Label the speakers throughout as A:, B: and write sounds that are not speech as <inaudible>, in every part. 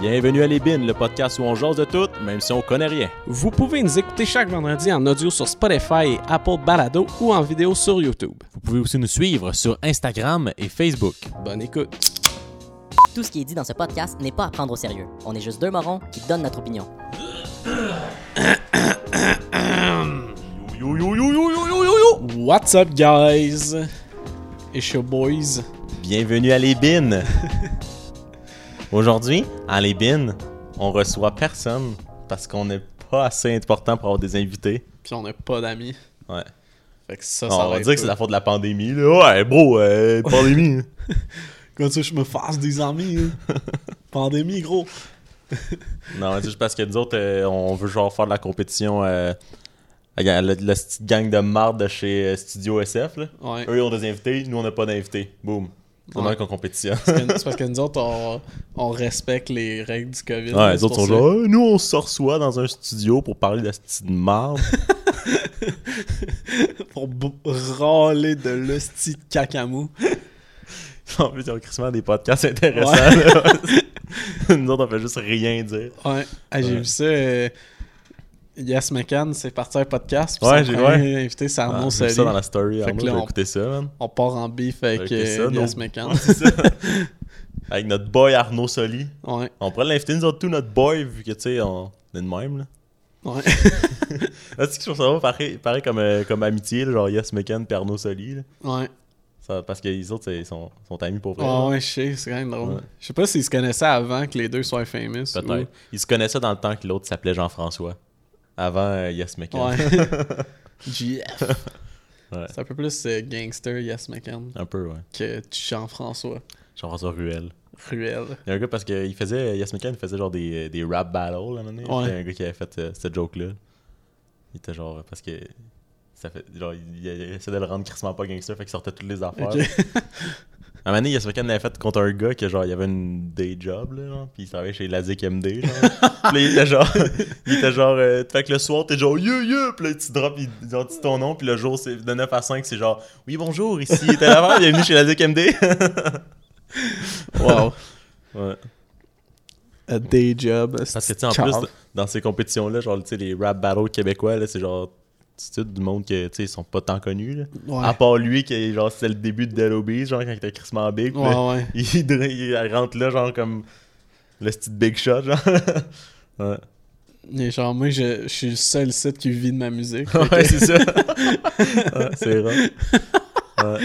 A: Bienvenue à Les Bines, le podcast où on jase de tout, même si on connaît rien.
B: Vous pouvez nous écouter chaque vendredi en audio sur Spotify et Apple Balado ou en vidéo sur YouTube.
A: Vous pouvez aussi nous suivre sur Instagram et Facebook.
B: Bonne écoute.
C: Tout ce qui est dit dans ce podcast n'est pas à prendre au sérieux. On est juste deux morons qui donnent notre opinion.
B: What's up, guys? It's your boys.
A: Bienvenue à Les <laughs> Bines. Aujourd'hui, à Les Bines, on reçoit personne parce qu'on n'est pas assez important pour avoir des invités.
B: Puis on n'a pas d'amis.
A: Ouais.
B: Fait que ça, ça
A: on va
B: être
A: dire que c'est
B: cool.
A: la faute de la pandémie. là. Ouais, bro, euh, <laughs> pandémie.
B: Comme ça, je me fasse des amis. hein.
A: <laughs>
B: Pandémie, gros.
A: non, c'est juste parce que nous autres, euh, on veut genre faire de la compétition euh, à la, la- la petite gang de marde de chez euh, Studio SF. Là.
B: Ouais.
A: Eux, ils ont des invités, nous, on n'a pas d'invités. Boum. C'est
B: Ouais.
A: ouais. qu'on compétitionne.
B: <laughs> C'est parce que nous autres, on, on respecte les règles du COVID.
A: Ouais,
B: C'est
A: les autres sont
B: pour ça.
A: genre, Ah, nous on se reçoit dans un studio pour parler de cette petite
B: <laughs>
A: marde.
B: Pour b- râler de l'hostie de cacamou.
A: en plus, ils ont crissement des podcasts intéressants. là. <laughs> nous autres, on fait juste rien dire.
B: Ouais, Ah, j'ai
A: Ouais.
B: vu ça. euh, Yes McCann, c'est parti un podcast.
A: Ouais,
B: j'ai
A: j'ai-
B: invité, c'est
A: Ah,
B: Arnaud
A: j'ai vu
B: Soli.
A: ça dans la story,
B: Fait que
A: Arnaud,
B: là,
A: j'ai
B: on-
A: écouté ça, man.
B: On part en bif avec
A: Fait que
B: euh,
A: ça,
B: Yes
A: nos- <laughs>
B: McCann.
A: C'est ça. Avec notre boy Arnaud Soli.
B: Ouais, <laughs>
A: On pourrait l'inviter, nous autres, tout notre boy, vu que, tu sais, on est de même, là.
B: ouais.
A: Là, tu sais, je trouve ça va pareil, pareil comme, euh, comme amitié, là, genre Yes McCann et Arnaud Soli, là.
B: Ouais,
A: Ça- parce que les autres, c'est- ils sont, sont amis pour vrai. là.
B: Ah, ouais, ouais, je sais, c'est quand même drôle.
A: Ouais.
B: Je sais pas s'ils se connaissaient avant que les deux soient famous.
A: Peut-être. Ils se connaissaient dans le temps que l'autre s'appelait Jean-François. Avant euh, Yes
B: ou-
A: McCann.
B: Ouais.
A: <laughs>
B: GF.
A: Ouais.
B: C'est un peu plus euh, gangster Yes McCann
A: <laughs> Un peu, ouais.
B: que Jean-François
A: Jean-François Ruel.
B: Ruel.
A: Il y a un gars parce qu'il faisait, Yes McCann, il faisait genre des, des rap battles à un moment donné.
B: Ouais.
A: Il y a un gars qui avait fait euh, cette joke-là. Il était genre, parce que ça fait, genre, il, il essayait de le rendre crissement pas gangster, fait qu'il sortait toutes les affaires.
B: Ok.
A: À un moment donné, Yes McCann l'avait fait contre un gars que genre, il avait une day job, là, genre, pis il travaillait chez Lazic MD,
B: <laughs>
A: genre. Puis là, il était genre, il était genre, euh, fait que le soir, t'es genre, yeah, yeah, pis là, tu drops, il, genre, tu dis ton nom, puis le jour, c'est de 9 à 5, c'est genre, oui, bonjour, ici, t'es là <laughs> bienvenue chez Lazic MD.
B: <laughs> Wow.
A: ouais.
B: A day job.
A: Parce que, tu sais, en
B: Cave.
A: plus, dans ces compétitions-là, genre, tu sais, les rap battles québécois, là, c'est genre, c'est tout du monde que, tu sais, ils sont pas tant connus, là.
B: Ouais.
A: À part lui, qui, genre, c'était le début de Dello Beast, genre, quand il était crissement big. puis là,
B: Ouais, ouais.
A: <laughs> il, dra- il rentre là, genre, comme le petit big shot, genre. <laughs> ouais,
B: Mais genre, moi, je, je suis le seul site qui vit de ma musique. Fait
A: <laughs>
B: que-
A: Ouais, c'est ça.
B: <laughs>
A: Ouais, c'est rare. Ouais.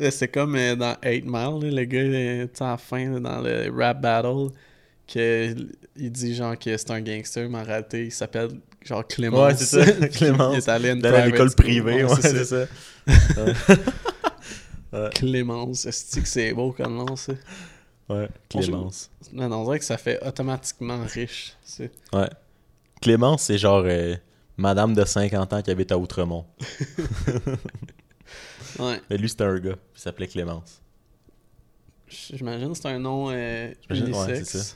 B: Euh, C'est comme euh, dans 8 Mile, là, le gars, euh, tu sais, à la fin, là, dans le rap battle, que l- il dit genre que c'est un gangster, mais en réalité, il s'appelle genre Clémence.
A: Ouais, c'est ça,
B: <laughs>
A: Clémence.
B: Il est allé à une
A: D'aller à l'école
B: private school.
A: privée, ouais, c'est ça.
B: Clémence, cest que c'est beau comme nom, ça?
A: Ouais, Clémence.
B: Non, non, on dirait que ça fait automatiquement riche, c'est...
A: Ouais. Clémence, c'est genre euh, madame de 50 ans qui habite à Outremont.
B: Ouais,
A: Mais lui, c'était un gars, il s'appelait Clémence.
B: j- j'imagine que c'est un nom euh,
A: J'imagine- ouais,
B: unisexe.
A: c'est ça.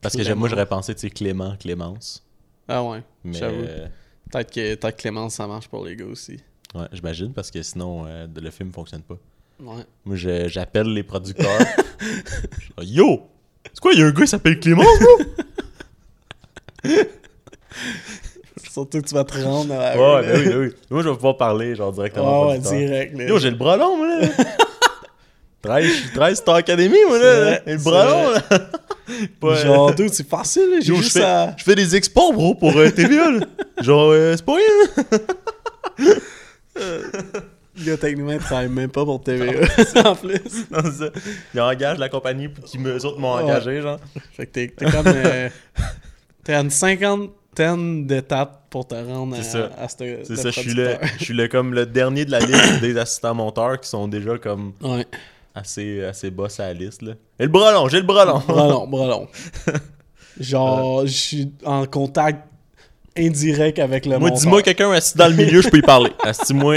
A: Parce que j'ai- moi, j'aurais
B: Clémence.
A: pensé, tu sais, Clément, Clémence.
B: Ah ouais,
A: Mais
B: j'avoue.
A: euh,
B: Peut-être que, peut-être que Clémence, ça marche pour les gars aussi.
A: ouais, j'imagine, parce que sinon, euh, le film fonctionne pas.
B: Ouais.
A: Moi, je- j'appelle les <laughs> producteurs. Je dis, Yo! C'est quoi, il y a un gars qui s'appelle <laughs> Clément, bro?
B: <laughs> Surtout que tu vas te rendre à
A: ouais,
B: eux,
A: ben oui,
B: là. Ah
A: ben oui. Moi, je vais pouvoir parler, genre, directement.
B: Ouais,
A: au
B: ouais,
A: producteur.
B: direct. là.
A: Yo, j'ai le bras long, moi, <laughs> là. 13, 13 Star Academy, moi, là.
B: C'est vrai,
A: Et le
B: c'est
A: bras
B: vrai.
A: long, là. <laughs> Pas, euh,
B: Genre, dude, c'est facile, là, j'ai
A: Yo, je
B: juste
A: fais,
B: à...
A: je fais des exports, bro, pour euh, TVA, là. Genre, euh, c'est pas rien, là.
B: Le gars, techniquement, il travaille même pas pour TVA, <laughs> en plus.
A: Non, c'est ça. Ils engagent la compagnie pour qu'ils me- eux autres m'ont
B: Ouais.
A: engagé, genre.
B: Fait que t'es, t'es
A: <laughs>
B: comme... euh, t'es à une cinquantaine d'étapes pour te rendre à,
A: C'est ça.
B: à cette-
A: C'est
B: ce
A: ça, je suis, le, <laughs>
B: producteur.
A: je suis le, comme le dernier de la liste <coughs> des assistants monteurs qui sont déjà comme
B: Ouais,
A: assez, assez boss à la liste. Là. Et le bras long, j'ai le bras long.
B: brelon, brelon. Genre, je suis en contact indirect avec le
A: Moi,
B: monteur.
A: dis-moi quelqu'un assis dans le milieu, je peux y parler. <laughs> Assis-moi.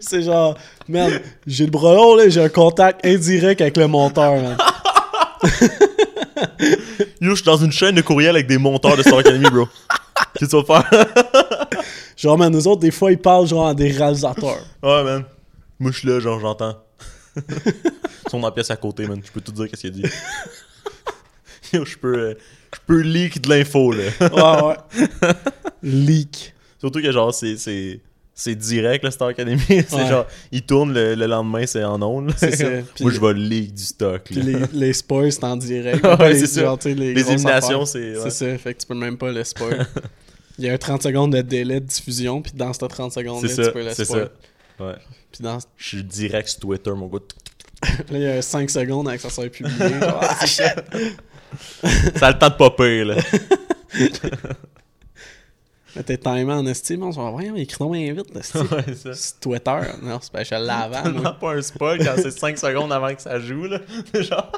B: C'est genre, man, j'ai le brelon, là, j'ai un contact indirect avec le monteur, man.
A: Yo, je suis dans une chaîne de courriel avec des monteurs de Star Academy, bro. Qu'est-ce que tu vas faire? <laughs> <laughs>
B: Genre, man, nous autres, des fois, ils parlent genre à des réalisateurs.
A: ouais, man. Moi, je suis là, genre, j'entends. Ils sont dans la pièce à côté, man. Je peux tout dire qu'est-ce qu'il a dit. <laughs> Yo, je peux, euh, je peux leak de l'info, là.
B: Ouais, ouais. Leak.
A: Surtout que, genre, c'est. c'est... C'est direct, le Star Academy. <laughs> C'est
B: Ouais.
A: genre, ils tournent le, le lendemain, c'est en ondes. là. <laughs>
B: C'est ça. Puis
A: Moi,
B: le-
A: je vais leak du stock.
B: Puis
A: là. <laughs>
B: les, les spoils, c'est en direct.
A: Ouais,
B: les,
A: c'est ça.
B: genre, tu sais, les
A: Les
B: grosses
A: éliminations,
B: affaires.
A: c'est.
B: C'est
A: ouais.
B: ça, fait que tu peux même pas
A: <laughs>
B: le spoil. Il y a un 30 secondes de délai de diffusion, puis dans cette 30 secondes-là,
A: C'est ça,
B: tu peux le
A: c'est
B: spoil.
A: Ouais.
B: Puis dans...
A: Je suis direct sur Twitter, mon gars.
B: <laughs> là, il y a 5 secondes avant que ça soit
A: <laughs>
B: publié. genre, ah, shit!
A: Ça a le temps de popper,
B: <laughs>
A: là.
B: Mais T'es timé en estime, on se voit, voyons, écris donc bien vite, esti.
A: ouais, ça.
B: C'est Twitter. Non, c'est pas je l'avant, moi.
A: Tellement pas un spoil quand c'est 5 secondes avant que ça joue, là. <laughs> genre.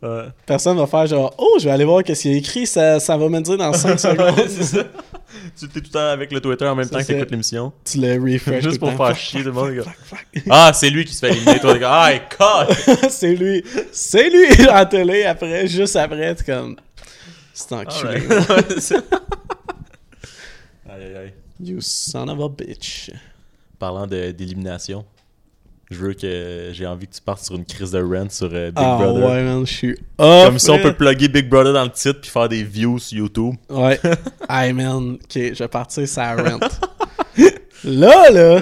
A: Ouais.
B: Personne va faire genre, oh, je vais aller voir qu'est-ce qu'il y a écrit, ça, ça va me dire
A: <laughs>
B: dans 5
A: Ouais, c'est
B: secondes.
A: ça. Tu t'es tout le temps avec le Twitter en même
B: C'est
A: temps que
B: ça.
A: t'écoutes l'émission.
B: tu le refresh.
A: Juste
B: tout le
A: pour
B: temps.
A: faire chier tout le monde, les gars.
B: Fuck,
A: Ah, c'est lui qui se fait éliminer, toi, les gars. Ah, God!
B: fuck. <laughs> c'est lui. C'est lui en télé après, juste après, t'es comme. C'est enculé.
A: Alright. <laughs> Ouais, c'est ça. aïe, aïe, aïe.
B: <laughs> You son of a bitch.
A: Parlant de- d'élimination, je veux que j'ai envie que tu partes sur une crise de rent sur euh, Big
B: Ah
A: Brother.
B: ouais, man, je suis off.
A: Comme ça, on
B: là.
A: peut plugger Big Brother dans le titre puis faire des views sur YouTube. <laughs>
B: Ouais. Hey, man, ok, je vais partir ça rent. <laughs> Là, là,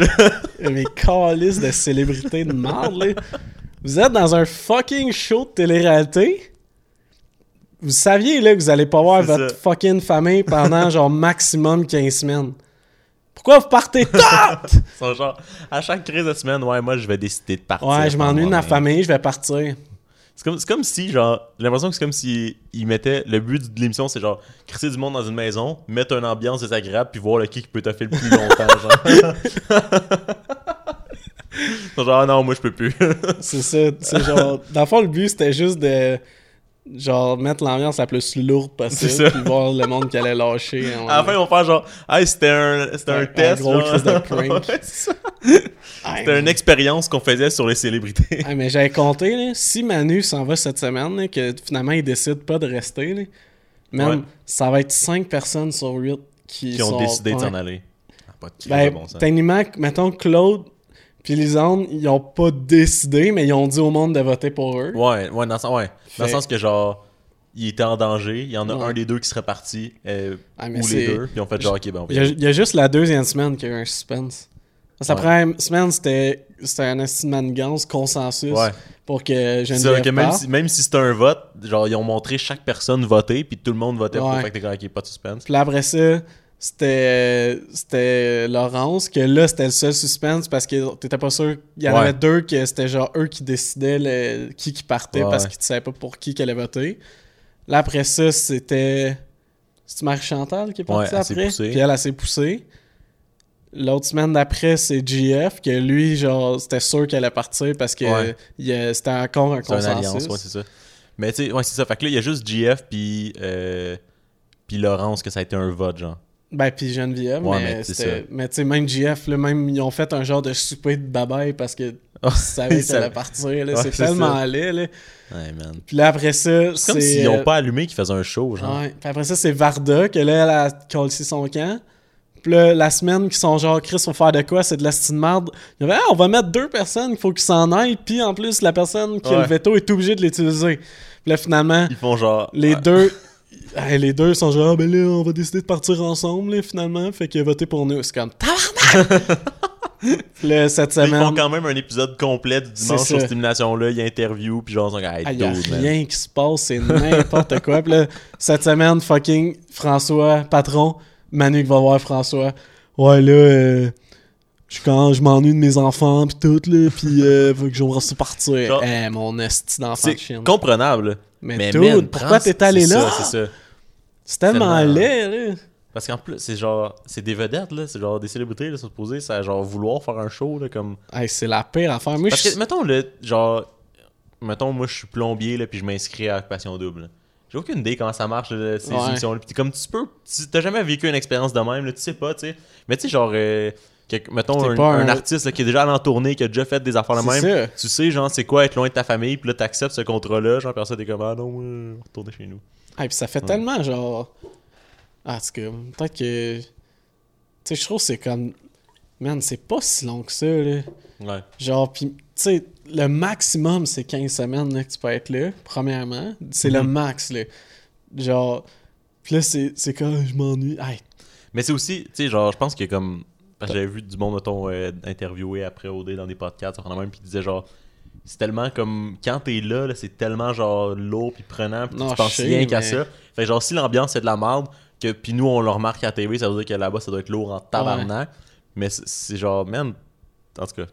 B: <laughs> mes calices de célébrités de merde, là. Vous êtes dans un fucking show de télé-réalité. Vous saviez, là, que vous allez pas voir
A: C'est
B: votre
A: ça.
B: fucking famille pendant, genre, <laughs> maximum 15 semaines. Pourquoi vous partez toutes?
A: Ils sont genre, à chaque crise de semaine, ouais, moi, je vais décider de partir.
B: Ouais, je
A: par
B: m'ennuie de ma
A: moi-même.
B: famille, je vais partir.
A: C'est comme, c'est comme si, genre, j'ai l'impression que c'est comme si ils mettaient. Le but de l'émission, c'est genre, crisser du monde dans une maison, mettre une ambiance désagréable, puis voir le qui qui peut taffer le plus longtemps, genre.
B: <laughs>
A: <laughs> Ils sont genre, ah non, moi, je peux plus.
B: C'est ça, c'est genre... Dans le fond, le but, c'était juste de... Genre, mettre l'ambiance la plus lourde
A: C'est
B: possible,
A: ça.
B: puis voir le monde qui
A: <laughs>
B: allait lâcher. hein,
A: à
B: à un moment
A: la fin, ils vont faire genre, hey, c'était un, c'était un,
B: Un- un
A: test.
B: gros
A: genre. <laughs>
B: crise de prank.
A: Ouais, c'est ça.
B: donné.
A: c'était une expérience qu'on faisait sur les célébrités.
B: Ah, mais j'avais compté, là, si Manu s'en va cette semaine, là, que finalement il décide pas de rester, là, même
A: Ouais.
B: ça va être 5 personnes sur 8
A: <laughs>
B: qui,
A: qui ont
B: sont-
A: décidé de s'en
B: ouais.
A: aller. Ah, pas de crise
B: Ben,
A: de bon sens.
B: techniquement, mettons Claude puis Lisande, ils ont pas décidé, mais ils ont dit au monde de voter pour eux.
A: Ouais, ouais, dans, le sens- ouais. dans le
B: Fait-
A: sens que genre, il était en danger, il y en a
B: Ouais.
A: un des deux qui serait parti, euh,
B: Ah, mais
A: ou
B: c'est-
A: les deux, puis on fait genre, ok, ben on va
B: Il y, a, il y a juste la deuxième semaine qu'il y a eu un suspense. Parce que La
A: Ouais.
B: première semaine, c'était c'était un esti de manigance, consensus,
A: Ouais.
B: pour que
A: C'est vrai
B: Geneviève
A: que même
B: parte.
A: si, même si c'était un vote, genre ils ont montré chaque personne voter, puis tout le monde votait pour
B: Ouais.
A: fait que t'es correct, qu'il y ait pas de suspense.
B: Puis là, après ça, c'était c'était Laurence, que là, c'était le seul suspense parce que t'étais pas sûr. Il y en
A: Ouais.
B: avait deux que c'était genre eux qui décidaient le- qui qui partait
A: Ouais,
B: parce
A: ouais.
B: qu'ils savaient pas pour qui qu'elle allait voter. Là, après ça, c'était. C'est Marie-Chantal qui est partie
A: Ouais, elle s'est
B: après.
A: poussée.
B: Puis elle, elle s'est poussée. L'autre semaine d'après, c'est GF, que lui, genre, c'était sûr qu'elle allait partir parce que
A: Ouais.
B: il y a- c'était encore un
A: C'est une
B: consensus.
A: alliance, ouais, c'est ça. Mais tu sais, ouais, c'est ça. Fait que là, il y a juste GF puis euh, puis Laurence que ça a été un vote, <laughs> genre.
B: Ben, puis Geneviève,
A: Ouais,
B: mais
A: mais c'est
B: c'était-
A: ça.
B: mais tu sais, même GF, là, même, ils ont fait un genre de souper de babaye parce que
A: <laughs>
B: ils savaient
A: Ils
B: qu'elle allait
A: savaient.
B: partir, là.
A: Ouais,
B: c'est
A: c'est
B: tellement
A: ça.
B: laid, là.
A: Ouais, man.
B: Puis là, après ça,
A: C'est
B: c'est...
A: comme s'ils
B: euh,
A: ont pas allumé qu'ils faisaient un show, genre.
B: ouais. Puis après ça, c'est Varda, que là, elle a collé son camp. Puis là, la semaine, qui sont genre, Chris, faut faire de quoi? C'est de la stine marde. Ils ont fait, Ah, on va mettre deux personnes, il faut qu'ils s'en aillent. Puis en plus, la personne qui a le
A: Ouais.
B: veto est obligée de l'utiliser. Puis là, finalement,
A: Ils font genre.
B: les
A: ah,
B: deux. <laughs> Hey, les deux sont genre, ah, ben là, on va décider de partir ensemble, là, finalement. Fait que votez pour nous. C'est
A: <laughs>
B: comme, tabarnak! Puis là, cette
A: Ils font
B: semaine,
A: quand même un épisode complet du
B: C'est
A: dimanche
B: ça.
A: sur cette élimination-là. Ils interviewent, puis genre, ils sont comme, hey,
B: il n'y a
A: dude, man.
B: rien qui se passe, c'est n'importe quoi. Puis là, cette semaine, fucking François, patron, Manu qui va voir François. Ouais, là, euh, je, quand je m'ennuie de mes enfants, pis tout, là, pis euh, faut que j'aimerais ça partir.
A: Genre-
B: Eh, mon esti d'enfant de
A: C'est
B: chien.
A: comprenable.
B: Mais
A: Mais,
B: dude,
A: man,
B: pourquoi
A: prends-
B: t'es allé
A: c'est
B: là?
A: ça, C'est ça.
B: C'est tellement
A: tellement-
B: laid, là.
A: Parce qu'en plus, c'est genre, c'est des vedettes, là, c'est genre des célébrités, là, supposé, ça, genre, vouloir faire un show, là, comme.
B: Hey, c'est la pire affaire. Moi,
A: Parce
B: je-
A: que, mettons, là, genre, mettons, moi, je suis plombier, là, puis je m'inscris à Occupation Double. là. J'ai aucune idée comment ça marche, là, ces
B: Ouais.
A: émissions-là. Puis t'es comme, tu peux, tu- t'as jamais vécu une expérience de même, là, tu sais pas, tu sais. Mais tu sais, genre, euh, quelque- mettons,
B: T'es
A: un,
B: pas
A: un
B: un-
A: artiste, là, qui est déjà allé en tournée, qui a déjà fait des affaires de
B: C'est
A: même.
B: ça.
A: Tu sais, genre, c'est quoi être loin de ta famille, puis là, t'acceptes ce contrat-là, genre, personne t'es comme, ah non, euh, retournez chez nous.
B: Ah, puis ça fait tellement genre. Ah, en tout cas, peut-être que. Tu sais, je trouve que c'est comme. Man, c'est pas si long que ça, là.
A: Ouais.
B: Genre, pis. Tu tu sais, le maximum, c'est 15 semaines là, que tu peux être là, premièrement. C'est le
A: Mhm.
B: max, là. Genre, puis là, c'est c'est quand je m'ennuie. Hey,
A: Mais c'est aussi, tu sais, genre, je pense que comme. Parce que j'avais vu du monde, mettons, euh, interviewé après OD dans des podcasts, ça prend la même, puis il disait genre. C'est tellement comme. Quand t'es là, là, c'est tellement genre lourd puis prenant, puis
B: Non,
A: tu penses
B: je sais,
A: rien qu'à
B: mais-
A: ça. Fait que genre, si l'ambiance c'est de la merde, que puis nous on le remarque à la TV, ça veut dire que là-bas ça doit être lourd en tabarnak. Mais c'est- c'est genre, man. En tout cas.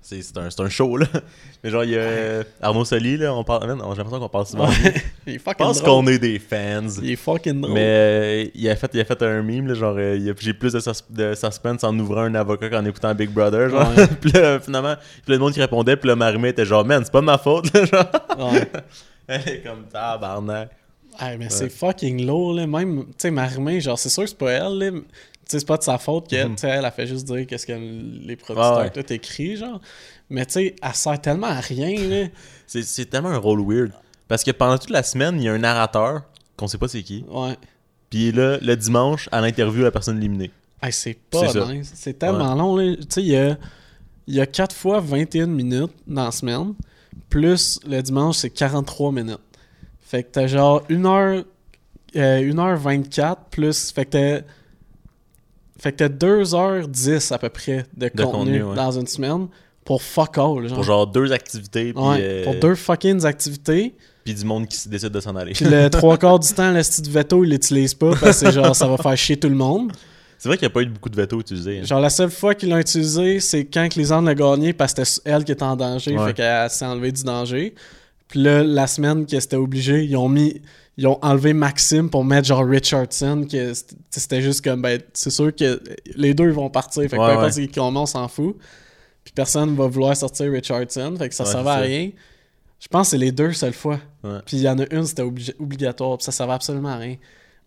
A: C'est c'est un, c'est un show, là. <laughs> Mais genre, il y a euh, Arnaud Soli, là, on parle. man, J'ai l'impression qu'on parle souvent. de lui.
B: <laughs> il est
A: Je
B: fucking
A: pense
B: drôle.
A: qu'on est des fans.
B: Il est fucking drôle.
A: Mais euh, il, a fait, il a fait un meme, là, genre euh, il a- j'ai plus de, sus- de suspense en ouvrant un avocat qu'en écoutant Big Brother. Genre.
B: Ouais.
A: <laughs> puis là, finalement, puis le monde qui répondait, puis le marimé était genre, man, c'est pas de ma faute. Là, genre. <laughs>
B: Ouais.
A: Elle est comme tabarnak.
B: Hey, Ah, mais c'est fucking lourd, là. Même, tu sais, Marimé, genre, c'est sûr que c'est pas elle, là. Tu sais, c'est pas de sa faute qu'elle, tu sais, elle a fait juste dire qu'est-ce que les producteurs
A: Mhm. Ah ouais.
B: tout écrit, genre. Mais, tu sais, elle sert tellement à rien, là.
A: C'est, c'est tellement un rôle weird. Parce que pendant toute la semaine, il y a un narrateur qu'on sait pas c'est qui.
B: Ouais.
A: Puis là, le dimanche, à l'interview, la personne éliminée.
B: Hey, c'est pas
A: C'est ça.
B: nice. C'est tellement long, là. Tu sais, il y a, il y a 4 fois 21 minutes dans la semaine, plus le dimanche, c'est 43 minutes. Fait que t'as genre 1 heure, euh, 1h24, plus. Fait que t'as. Fait que t'as 2h10 à peu près de,
A: De
B: contenu,
A: contenu, ouais.
B: dans une semaine pour fuck all. Genre.
A: Pour genre deux activités, puis,
B: Ouais,
A: euh,
B: pour deux fucking activités.
A: puis du monde qui se décide de s'en aller.
B: Puis le trois quarts du temps, le style de veto, il l'utilise pas parce que genre, ça va faire chier tout le monde.
A: <laughs> c'est vrai qu'il n'y a pas eu beaucoup de veto utilisés. hein.
B: Genre, la seule fois qu'il l'a utilisé, c'est quand Clisande l'a gagné parce que c'était elle qui était en danger.
A: Ouais.
B: Fait qu'elle s'est enlevée du danger. Puis là, la semaine que c'était obligé, ils ont mis. Ils ont enlevé Maxime pour mettre genre Richardson, que c'était- c'était juste comme, ben, c'est sûr que les deux vont partir. Fait que
A: Ouais,
B: peu importe
A: ouais.
B: qui on s'en fout. Puis personne va vouloir sortir Richardson. Fait que ça
A: Ouais,
B: servait à
A: c'est ça.
B: rien. Je pense que c'est les deux seules fois.
A: Ouais.
B: Puis il y en a une, c'était obli- obligatoire, puis ça servait absolument à rien.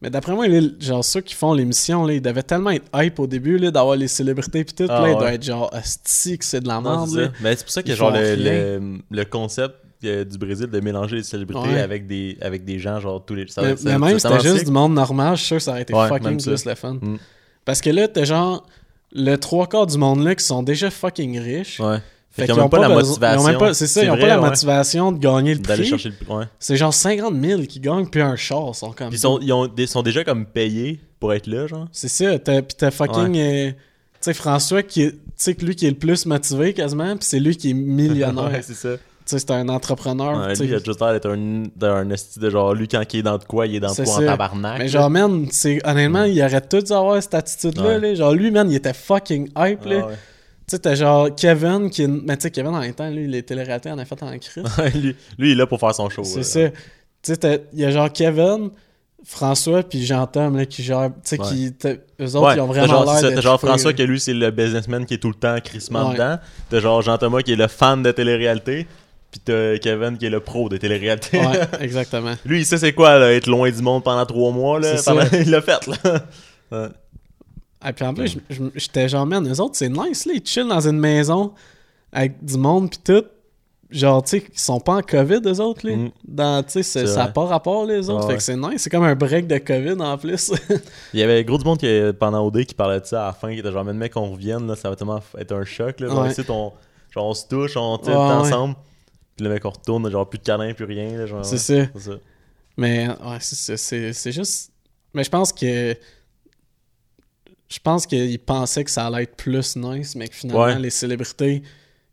B: Mais d'après moi, les- genre ceux qui font l'émission, là, ils devaient tellement être hype au début là, d'avoir les célébrités puis tout,
A: Ah
B: là, ils
A: ouais.
B: doivent être genre hostie que c'est de la
A: Non,
B: merde.
A: c'est
B: là.
A: ça. Mais c'est pour ça que
B: Ils
A: genre
B: font
A: le,
B: rien.
A: le, le concept euh, du Brésil de mélanger les célébrités
B: Ouais.
A: avec des avec des gens genre tous les ça,
B: mais,
A: ça-
B: mais
A: ça-
B: même si
A: ça
B: c'était
A: m'en
B: juste du
A: sick.
B: monde normal, je suis sûr que ça aurait été
A: Ouais,
B: fucking
A: même ça.
B: plus le fun.
A: Mm.
B: Parce que là, t'es genre le trois quarts du monde là qui sont déjà fucking riches.
A: ouais. Fait, qu'ils
B: Fait qu'ils
A: ont même
B: ont
A: pas la
B: besoin-
A: motivation.
B: Ils ont même pas, c'est ça, ils ont
A: vrai,
B: pas la
A: ouais,
B: motivation de gagner le
A: d'aller
B: prix.
A: chercher le prix. Ouais.
B: C'est genre 50 000 qui gagnent, puis un char. ils Sont comme
A: Puis ils sont ils ont des- sont déjà comme payés pour être là genre.
B: C'est ça, t'as, pis t'as fucking. euh, tu sais, François, qui est, tu sais, que lui qui est le plus motivé quasiment, pis c'est lui qui est millionnaire.
A: <laughs> ouais,
B: tu
A: c'est ça.
B: sais, c'est un entrepreneur.
A: Ouais,
B: tu sais.
A: lui il a juste l'air d'être un d'un esti de genre lui quand il est dans de quoi, il est dans de
B: C'est
A: quoi en
B: ça.
A: tabarnak.
B: mais
A: là.
B: genre, man, c'est, honnêtement, il aurait tout dû avoir cette attitude-là.
A: Ouais.
B: là. Genre, lui, man, il était fucking hype.
A: Ah,
B: là.
A: ouais. <laughs>
B: Tu sais, t'as genre Kevin qui. est- Mais tu sais, Kevin, en même temps, lui, les télératés en a fait en crise.
A: lui, lui, il est là pour faire son show.
B: C'est
A: là.
B: ça. Tu sais, t'as- il y a genre Kevin, François, puis Jean-Tom, là, qui genre. Tu sais,
A: Ouais.
B: qui. t'as- Eux autres,
A: Ouais,
B: ils ont
A: t'as
B: vraiment
A: genre,
B: l'air.
A: c'est ça,
B: de
A: t'as genre
B: triper,
A: François
B: là.
A: que lui c'est le businessman qui est tout le temps crissement
B: Ouais.
A: dedans. T'as genre Jean-Thomas qui est le fan de télé-réalité. Puis t'as Kevin qui est le pro de télé-réalité.
B: Ouais, <laughs> exactement.
A: <laughs> lui il sait c'est quoi là, être loin du monde pendant trois mois. Là,
B: C'est
A: Pendant-
B: ça.
A: <laughs> il l'a fait
B: <laughs>
A: là. Ouais.
B: Ah, puis en plus, je- je- j'étais genre, man, eux autres, c'est nice, là. Ils chillent dans une maison avec du monde, puis tout. Genre, tu sais, ils sont pas en COVID, eux autres, là.
A: Mm.
B: Dans, tu sais, c'est-
A: C'est
B: ça n'a
A: vrai.
B: pas rapport, les autres.
A: Ah
B: fait
A: ouais. Ah
B: que c'est nice. C'est comme un break de COVID, en plus.
A: Il y avait gros du monde qui, euh, pendant OD qui parlait de ça à la fin. Qui était genre, mais mec, on revienne là, ça va tellement f- être un choc. Là, genre,
B: Ouais.
A: ici, on, genre, on se touche, on tilt
B: Ouais, ouais.
A: ensemble. Puis le mec, on retourne, genre plus de câlin, plus rien. là, genre,
B: C'est
A: ouais.
B: ça.
A: C'est ça.
B: Mais, ouais, c'est ça, c'est c'est juste... Mais je pense que... Je pense qu'ils pensaient que ça allait être plus nice, mais que finalement,
A: Ouais.
B: les célébrités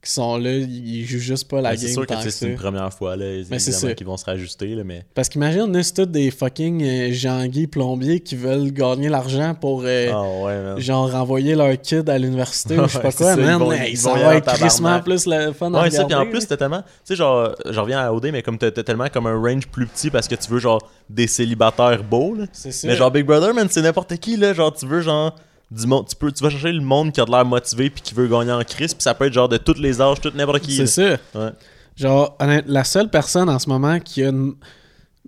B: qui sont là, ils ils jouent juste pas la
A: Mais
B: game
A: Ben, C'est sûr que
B: tant
A: tu sais,
B: ça.
A: c'est une première fois. Là,
B: Mais c'est
A: évidemment
B: ça.
A: qu'ils vont se réajuster. Là, mais...
B: Parce qu'imagine, là, c'est tous des fucking euh, Jean-Guy plombiers qui veulent gagner l'argent pour, euh,
A: Ah ouais, man.
B: genre, renvoyer leur kid à l'université ou je sais pas
A: Ouais, c'est
B: quoi,
A: ça,
B: man.
A: ils vont-
B: hey,
A: ils
B: ça
A: vont y
B: va
A: aller en
B: être crissement
A: tabarnak.
B: plus le fun à
A: Ouais, ça, puis en
B: regarder,
A: plus,
B: là.
A: t'as tellement. Tu sais, genre, je reviens à OD, mais comme t'as t'as tellement comme un range plus petit parce que tu veux, genre, des célibataires beaux, là.
B: C'est ça.
A: Mais genre, Big Brother, man, c'est n'importe qui, là. Genre, tu veux, genre, du monde. Tu, peux, tu vas chercher le monde qui a de l'air motivé puis qui veut gagner en crise, puis ça peut être, genre, de tous les âges, tout n'importe qui.
B: C'est ça.
A: ça. Ouais.
B: Genre, honnête- la seule personne en ce moment qui a une.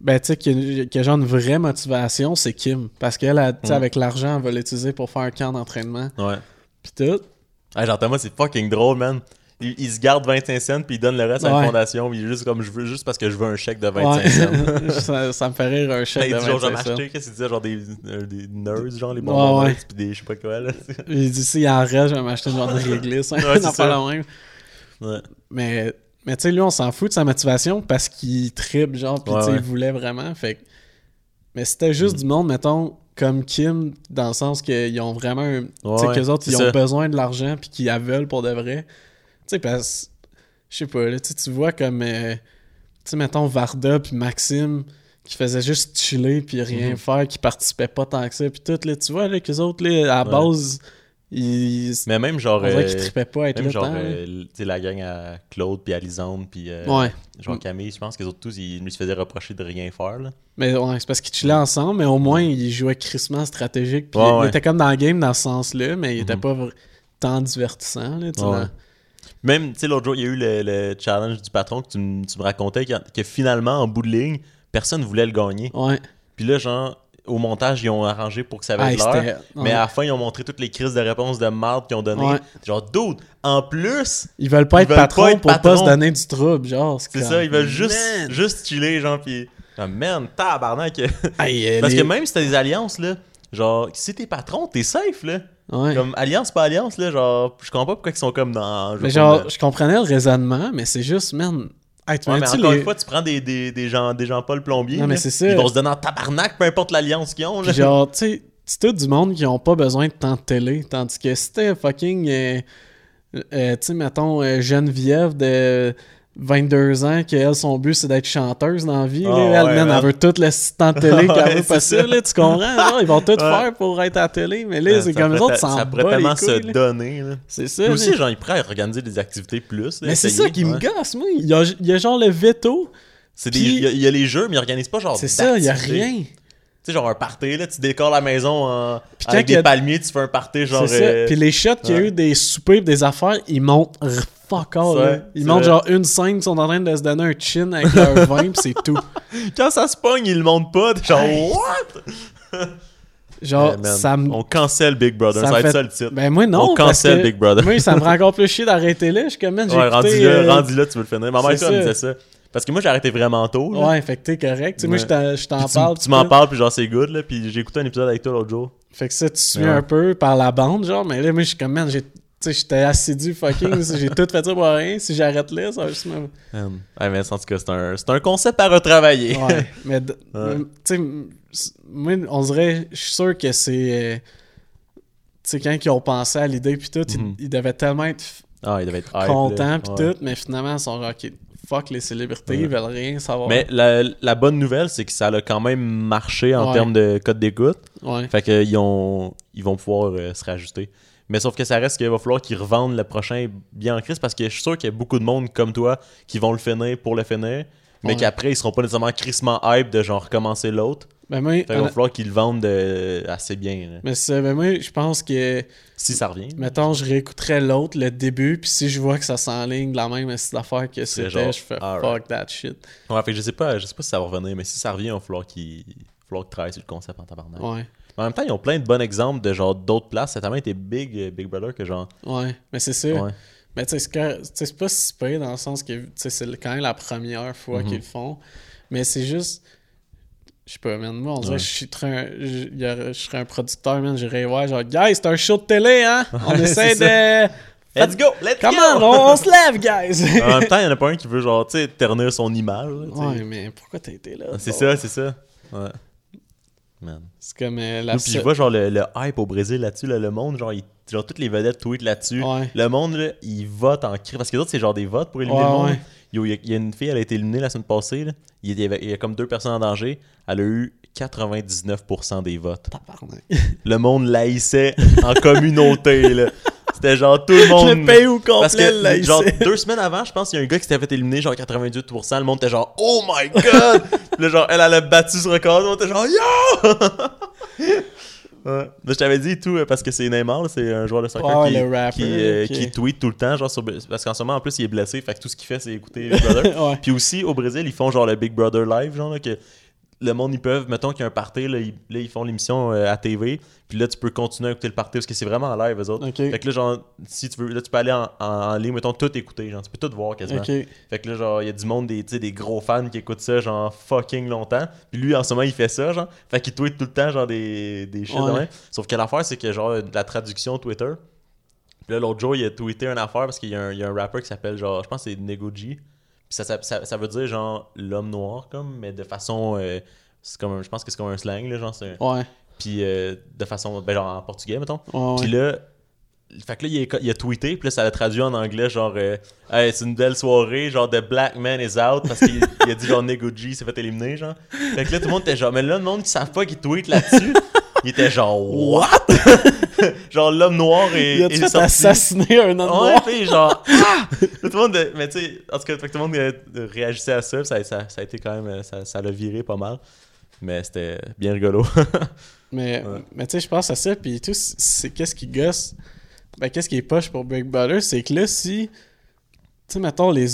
B: Ben, tu sais, qui, a une- qui a genre une vraie motivation, c'est Kim. Parce qu'elle, elle,
A: Mm.
B: tu sais, avec l'argent, elle va l'utiliser pour faire un camp d'entraînement.
A: Ouais.
B: Pis tout.
A: Hey, genre, Thomas, c'est fucking drôle, man. Il, il se garde 25 cents puis il donne le reste à
B: Ouais.
A: la fondation. puis Il est juste comme je veux, juste parce que je veux un chèque de 25
B: <laughs>
A: cents.
B: Ouais. ça, ça me fait rire un
A: Là,
B: chèque
A: Ben, il
B: de
A: dit genre, je vais
B: 25 cents.
A: m'acheter, qu'est-ce qu'il disait, genre des, euh, des nerds, genre les
B: Ouais,
A: bonbons
B: ouais.
A: nerds, puis des je sais pas quoi, là. <laughs>
B: Il dit s'il en reste, je vais m'acheter une genre de réglisse.
A: Ouais,
B: <laughs> un
A: c'est
B: affaire
A: ça.
B: de même.
A: Ouais.
B: Mais, mais tu sais, lui, on s'en fout de sa motivation parce qu'il tripe, genre, puis
A: Ouais,
B: tu sais,
A: ouais. Mm.
B: il voulait vraiment. Fait que- Mais c'était juste du monde, mettons, comme Kim, dans le sens qu'ils ont vraiment. un- tu sais,
A: ouais,
B: qu'eux autres,
A: c'est
B: ils ont
A: ça.
B: besoin de l'argent, puis qu'ils la veulent pour de vrai. Tu sais, parce. Je sais pas, là, tu sais, tu vois comme. euh, tu sais, mettons, Varda, puis Maxime, qui faisaient juste chiller, puis
A: Mm-hmm.
B: rien faire, qui participaient pas tant que ça, puis tout, là, tu vois, là, qu'eux autres, là, à
A: Ouais.
B: la base, ils.
A: Mais même genre.
B: On dirait qu'ils
A: euh,
B: tripaient pas à être
A: Même
B: là
A: genre,
B: dedans, là.
A: euh, l- tu sais, la gang à Claude, puis à Lisande, puis euh,
B: Ouais.
A: genre Camille, je pense qu'ils autres tous, ils nous se faisaient reprocher de rien faire. Là.
B: Mais ouais, c'est parce qu'ils chillaient ensemble, mais au moins ils jouaient crissement stratégique. Puis
A: Ouais,
B: il, il
A: ouais.
B: était comme dans le game dans ce sens-là, mais il était
A: Mhm.
B: pas vr- tant divertissant. Là, tu sais,
A: Ouais,
B: dans-
A: ouais. Même, tu sais, l'autre jour, il y a eu le, le challenge du patron que tu, m- tu me racontais, que, que finalement, en bout de ligne, personne voulait le gagner.
B: ouais.
A: Puis là, genre, au montage, ils ont arrangé pour que ça
B: Ah,
A: avait de l'heure.
B: c'était-
A: Mais
B: ouais.
A: à la fin, ils ont montré toutes les crises de réponses de marde qu'ils ont données.
B: Ouais.
A: Genre, dude, en plus,
B: Ils veulent pas
A: ils
B: être
A: veulent pas
B: patrons
A: être
B: pour pas
A: patrons.
B: se donner du trouble, genre.
A: c'est
B: comme-
A: ça, ils veulent juste,
B: Man!
A: juste chiller, genre, puis. Ah, man, tabarnak!
B: Aïe, elle
A: Parce
B: est-
A: que même si t'as des alliances, là, genre, si t'es patron, t'es safe, là.
B: <laughs> ouais.
A: Comme alliance, pas alliance, là, genre, je comprends pas pourquoi ils sont comme dans.
B: Mais genre, je comprenais le raisonnement, mais c'est juste, man. Hey, tu
A: Ouais, mais
B: vois-tu
A: encore
B: les-
A: une fois, tu prends des, des, des, gens, des Jean-Paul Plombier.
B: Non, mais
A: là,
B: c'est ça.
A: Ils vont se donner en tabarnak, peu importe l'alliance qu'ils ont.
B: Puis
A: Là.
B: genre, tu sais, c'est tout du monde qui ont pas besoin de tant de télé. Tandis que c'était fucking. euh, euh, tu sais, mettons, euh, Geneviève de 22 ans, que elle, son but, c'est d'être chanteuse dans la vie.
A: Ah
B: là. elle,
A: ouais,
B: man,
A: man.
B: elle veut tout le temps de
A: <laughs>
B: télé
A: Ouais,
B: qu'elle veut
A: c'est
B: possible.
A: ça.
B: là, tu comprends? genre, ils vont tout faire
A: Ouais.
B: pour être à la télé. Mais là, c'est
A: Ça
B: comme les
A: pourrait
B: autres,
A: ta-
B: s'en
A: ça pourrait
B: bat les
A: tellement se
B: couilles, là.
A: donner. Là.
B: C'est ça.
A: Puis
B: là.
A: aussi, genre, ils pourraient organiser des activités plus. là,
B: mais c'est
A: essayer,
B: ça qui me
A: ouais.
B: gosse, moi. Il y a, il y a genre le veto.
A: C'est des-
B: Puis-
A: Il y, a- il y a les jeux, mais ils organisent pas genre.
B: C'est ça, il y a
A: d'activités.
B: rien.
A: Tu sais, genre un party, là, tu décores la maison en-
B: Puis quand
A: avec
B: il y
A: des
B: a-
A: palmiers, tu fais un party genre.
B: C'est ça.
A: euh,
B: Puis les shots qu'il y a
A: ouais.
B: eu des soupers pis des affaires, ils montent r- fuck all.
A: C'est
B: là.
A: vrai,
B: Ils
A: c'est
B: montent
A: vrai.
B: genre une scène, ils sont en train de se donner un chin avec
A: <laughs>
B: leur vin, pis c'est tout.
A: Quand ça se pogne, ils le montent pas. t'es Genre, what?
B: Genre,
A: Eh, man,
B: Ah, ça me.
A: On cancelle Big Brother, ça,
B: ça me
A: va être
B: fait-
A: ça le titre.
B: Ben moi, non.
A: on
B: parce
A: cancelle
B: que-
A: Big Brother. <laughs>
B: Moi, ça me rend encore plus chier d'arrêter là. Je suis comme, man, j'ai
A: Ouais,
B: écouté,
A: rendu, là,
B: euh,
A: rendu là, tu veux le finir. Ma mère,
B: c'est
A: ça, elle me
B: ça.
A: disait ça. Parce que moi, j'ai arrêté vraiment tôt. là.
B: Ouais, fait que t'es correct. Tu sais, moi,
A: Ouais.
B: je t'en- je
A: Puis
B: t'en
A: tu-
B: parle.
A: Tu,
B: pis
A: m'en
B: tout.
A: parles, puis genre, c'est good, là. Puis j'ai écouté un épisode avec toi l'autre jour.
B: Fait que ça, tu suis
A: Ouais.
B: un peu par la bande, genre, mais là, moi, je suis comme, man, j'ai. Tu sais, j'étais assidu fucking, <laughs> j'ai tout fait ça pour rien. Si j'arrête là, ça va juste me.
A: Hum. Ouais, mais en tout cas, c'est un, c'est un concept à retravailler.
B: Ouais, mais d-
A: Ouais.
B: mais, tu sais, m- s- moi, on dirait, je suis sûr que c'est. euh, Tu sais, quand ils ont pensé à l'idée, puis tout, ils-
A: Mhm.
B: ils, devaient tellement être f-
A: <laughs> Ah, il devait être hype, là.
B: contents, puis
A: Ouais.
B: tout, mais finalement, ils sont genre, OK, fuck les célébrités,
A: Ouais.
B: ils veulent rien savoir.
A: Mais la, la bonne nouvelle, c'est que ça a quand même marché en
B: Ouais.
A: termes de code d'écoute.
B: Ouais.
A: Fait que, ils, ont, ils vont pouvoir euh, se rajuster. Mais sauf que ça reste qu'il va falloir qu'ils revendent le prochain bien en crise parce que je suis sûr qu'il y a beaucoup de monde comme toi qui vont le finir pour le finir, mais
B: Ouais.
A: qu'après ils seront pas nécessairement crissement hype de genre recommencer l'autre.
B: Ben, moi,
A: Fait qu'il va
B: honnêt-
A: falloir qu'ils le vendent euh, assez bien. là.
B: mais c'est- ben, moi, je pense que,
A: Si ça revient.
B: mettons, je réécouterais l'autre, le début, puis si je vois que ça s'enligne de la même petite affaire que c'était,
A: genre,
B: je fais
A: alright.
B: fuck that shit.
A: Ouais, fait que je sais pas, je sais pas si ça va revenir, mais si ça revient, il va falloir qu'ils il va falloir qu'ils travaillent sur le concept en tabarnak.
B: Ouais,
A: Mais en même temps, ils ont plein de bons exemples de genre d'autres places. Ça a tellement été big, euh, Big Brother, que genre.
B: ouais. Mais c'est sûr.
A: Ouais.
B: Mais Ben, tu sais, c'est que- tu sais, c'est pas si pire dans le sens que tu sais, c'est le- quand même la première
A: Mhm.
B: fois qu'ils le font. Mais c'est juste. Je sais pas, man. Moi, on dirait
A: Ouais.
B: que je suis très un- je il y aurait- je serais un producteur, man. J'irais voir, genre, guys, c'est un show de télé, hein. On
A: Ouais, <laughs>
B: essaie
A: c'est
B: de.
A: Let's go! Let's
B: Come
A: go!
B: on, on, on se lève, guys.
A: en
B: <laughs>
A: même temps, il y en a pas un qui veut, genre, tu sais, ternir son image. là, tu sais.
B: ouais, mais pourquoi t'as été là?
A: Ah, c'est
B: bon?
A: ça, c'est ça. Ouais. Man.
B: C'est comme euh, la.
A: Moi, Puis je vois, genre, le, le hype au Brésil là-dessus, là, le monde, genre, il- genre, toutes les vedettes tweetent là-dessus.
B: Ouais.
A: Le monde, là, il vote en cri. Parce que les autres, c'est genre des votes pour éliminer
B: Ouais,
A: le monde.
B: ouais.
A: Yo, il y a- il y, a une fille, elle a été éliminée la semaine passée. là. Il y avait- il y a comme deux personnes en danger. Elle a eu 99% des votes.
B: Tabarnak.
A: Le monde laissait en <laughs> communauté. là. C'était genre tout le monde.
B: Le pays au complet,
A: Parce que
B: là, il
A: genre
B: sait.
A: deux semaines avant, je pense qu'il y a un gars qui s'était fait éliminer genre 98%. Le monde était genre Oh my god! Puis là, genre elle, elle a battu ce record. Le monde était genre Yo! <laughs> Ouais. Mais je t'avais dit tout euh, parce que c'est Neymar, là, c'est un joueur de soccer
B: Ouais,
A: qui,
B: Ah, le rapper,
A: qui, euh,
B: ok. <laughs>
A: qui tweet tout le temps. Genre sur- parce qu'en ce moment, en plus, il est blessé. Fait que tout ce qu'il fait, c'est écouter Big
B: <laughs>
A: Brother.
B: Ouais.
A: Puis aussi, au Brésil, ils font genre le Big Brother Live. Genre là, que le monde, ils peuvent, mettons qu'il y a un party, là, ils, là, ils font l'émission euh, à TV. Puis là, tu peux continuer à écouter le party parce que c'est vraiment en live, eux autres.
B: Ok.
A: Fait que là, genre, si tu veux, là, tu peux aller en, en, en ligne, mettons, tout écouter, genre, tu peux tout voir quasiment.
B: Ok.
A: Fait que là, genre, il y a du monde, des, tu sais, des gros fans qui écoutent ça, genre, fucking longtemps. Puis lui, en ce moment, il fait ça, genre. Fait qu'il tweet tout le temps, genre, des, des shit de
B: Ouais.
A: même. Sauf que l'affaire, c'est que, genre, de la traduction Twitter. Fait Puis là, l'autre jour, il a tweeté une affaire parce qu'il y, a un- il y a un rappeur qui s'appelle, genre, je pense que c'est Negoji. Puis ça, ça, ça- ça veut dire, genre, l'homme noir, comme, mais de façon. euh, c'est comme un- je pense que c'est comme un slang, là, genre, c'est un-
B: Ouais.
A: Puis euh, de façon. Ben, genre, en portugais, mettons.
B: ouais, ouais.
A: Puis là, fait que là, il a, il a tweeté, puis là, ça l'a traduit en anglais, genre, euh, Hey, c'est une belle soirée, genre, The Black Man is out, parce qu'il il a dit, genre, Negoji s'est fait éliminer, genre. Fait que là, tout le monde était genre, mais là, le monde qui savent pas qu'il tweet là-dessus, il était genre, what? <laughs> genre, l'homme noir est.
B: Il a-tu
A: est
B: fait
A: sorti.
B: assassiner un homme
A: Ouais,
B: noir?
A: puis genre, Ah! tout le monde, euh, mais tu sais, en tout cas, fait que tout le monde euh, réagissait à ça, ça, ça, ça a été quand même, euh, ça, ça l'a viré pas mal, mais c'était bien rigolo. <laughs>
B: Mais,
A: Ouais.
B: mais tu sais, je pense à ça, puis tout, c'est- c'est qu'est-ce qui gosse. Ben, qu'est-ce qui est poche pour Big Brother, c'est que là, si, tu sais, mettons, les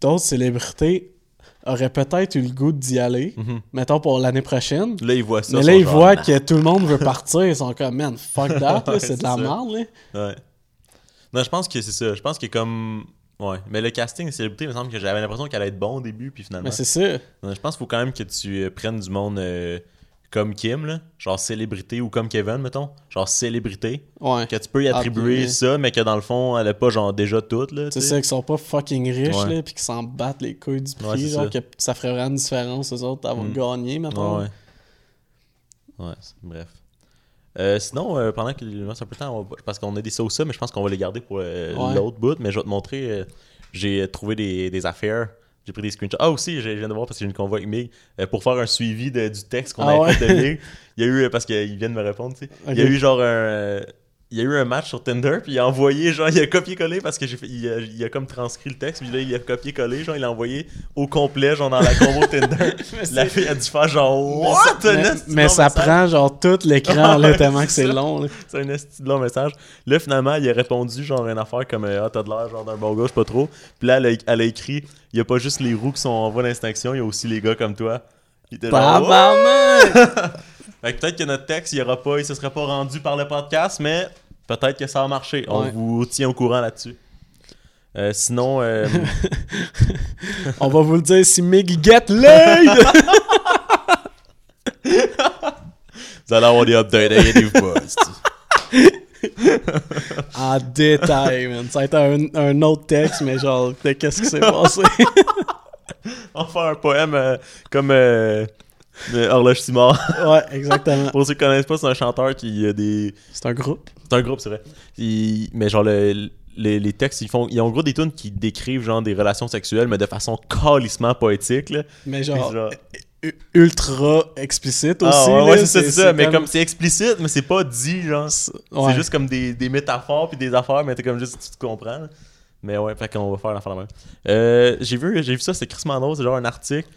B: d'autres célébrités auraient peut-être eu le goût d'y aller, mettons, pour l'année prochaine.
A: là, il voit Mhm. ça.
B: mais
A: ils
B: là,
A: sont
B: ils
A: genre,
B: voient que tout le monde veut partir, ils sont comme,
A: <laughs>
B: man, fuck that, là,
A: Ouais,
B: c'est
A: c'est
B: de la
A: ça.
B: merde, là.
A: Ouais. Non, je pense que c'est ça. Je pense que comme. Ouais. Mais le casting des célébrités, il me semble que j'avais l'impression qu'elle allait être bon au début, puis finalement.
B: Mais c'est ça.
A: Non, je pense qu'il faut quand même que tu euh, prennes du monde euh, comme Kim, là. Genre célébrité, ou comme Kevin, mettons. Genre célébrité.
B: Ouais.
A: Que tu peux y
B: Ah,
A: attribuer
B: puis-
A: ça, mais que dans le fond, elle n'a pas genre déjà toute, là.
B: C'est
A: tu
B: ça,
A: sais.
B: qu'ils sont pas fucking riches,
A: Ouais.
B: là, puis qu'ils s'en battent les couilles du prix,
A: Ouais, c'est
B: genre,
A: ça.
B: que ça ferait vraiment une différence, aux autres, d'avoir
A: Mm.
B: gagné, mettons.
A: Ouais, ouais. Ouais, c'est- bref. Euh, sinon, euh, pendant qu'il nous reste un peu de temps, on va- parce qu'on a des sauces, mais je pense qu'on va les garder pour euh,
B: Ouais.
A: l'autre bout. Mais je vais te montrer, euh, j'ai trouvé des, des affaires. J'ai pris des screenshots. Ah, aussi, je je viens de voir parce que j'ai une convoi avec Mig euh, pour faire un suivi de- du texte qu'on
B: Ah
A: avait
B: ouais?
A: fait de
B: <laughs>
A: Mig. Il y a eu, euh, parce qu'il vient de me répondre, tu sais. Il y a
B: Ok.
A: eu genre un. euh, il y a eu un match sur Tinder, puis il a envoyé, genre, il a copié-collé parce que j'ai fait- il a, il a comme transcrit le texte, puis là, il a copié-collé, genre, il l'a envoyé au complet, genre, dans la
B: <laughs>
A: combo Tinder.
B: <laughs> Mais c'est-
A: La fille a dû faire genre
B: Mais
A: What?
B: ça-
A: un
B: mais-
A: esti de
B: mais
A: long
B: ça
A: message.
B: prend genre tout l'écran là,
A: <laughs> Ouais,
B: tellement
A: c'est
B: que c'est
A: ça.
B: long. là.
A: C'est un esti de long message. Là, finalement, il a répondu genre une affaire comme euh, Ah, t'as de l'air genre d'un bon gars, je sais pas trop. Puis là, elle a, elle a écrit Il y a pas juste les roues qui sont en voie d'extinction, il y a aussi les gars comme toi. Il était genre, What?
B: Tabarnak!
A: Fait que peut-être que notre texte, il y aura pas, il se serait pas rendu par le podcast, mais peut-être que ça a marché. On
B: Ouais.
A: vous tient au courant là-dessus. Euh, sinon, euh, <laughs>
B: On va vous le dire si Mig get
A: <laughs>
B: laid!
A: vous allez avoir des updates, inquiétez-vous
B: <laughs>
A: pas. esti.
B: en détail, man. Ça a été un, un autre texte, mais genre, de qu'est-ce
A: <laughs>
B: qui s'est passé?
A: On va faire un poème euh, comme euh, de Horloge Simard.
B: ouais, exactement.
A: Pour ceux qui connaissent pas, c'est un chanteur qui a des.
B: C'est un groupe.
A: C'est un groupe, c'est vrai. Il- Mais genre, le- les, les textes, ils font. Ils ont en gros des tunes qui décrivent genre des relations sexuelles, mais de façon calissement poétique. Là.
B: Mais
A: Puis
B: genre, u- ultra explicite aussi.
A: Ah, ouais,
B: là.
A: ouais, c'est ça, c'est ça. Mais
B: comme-
A: comme c'est explicite, mais c'est pas dit, genre. C'est
B: Ouais.
A: juste comme des, des métaphores puis des affaires, mais t'es comme juste, tu te comprends. là. Mais ouais, fait qu'on va faire l'affaire la même. Euh, j'ai vu, j'ai vu ça, c'est Chris Mandros, c'est genre un article.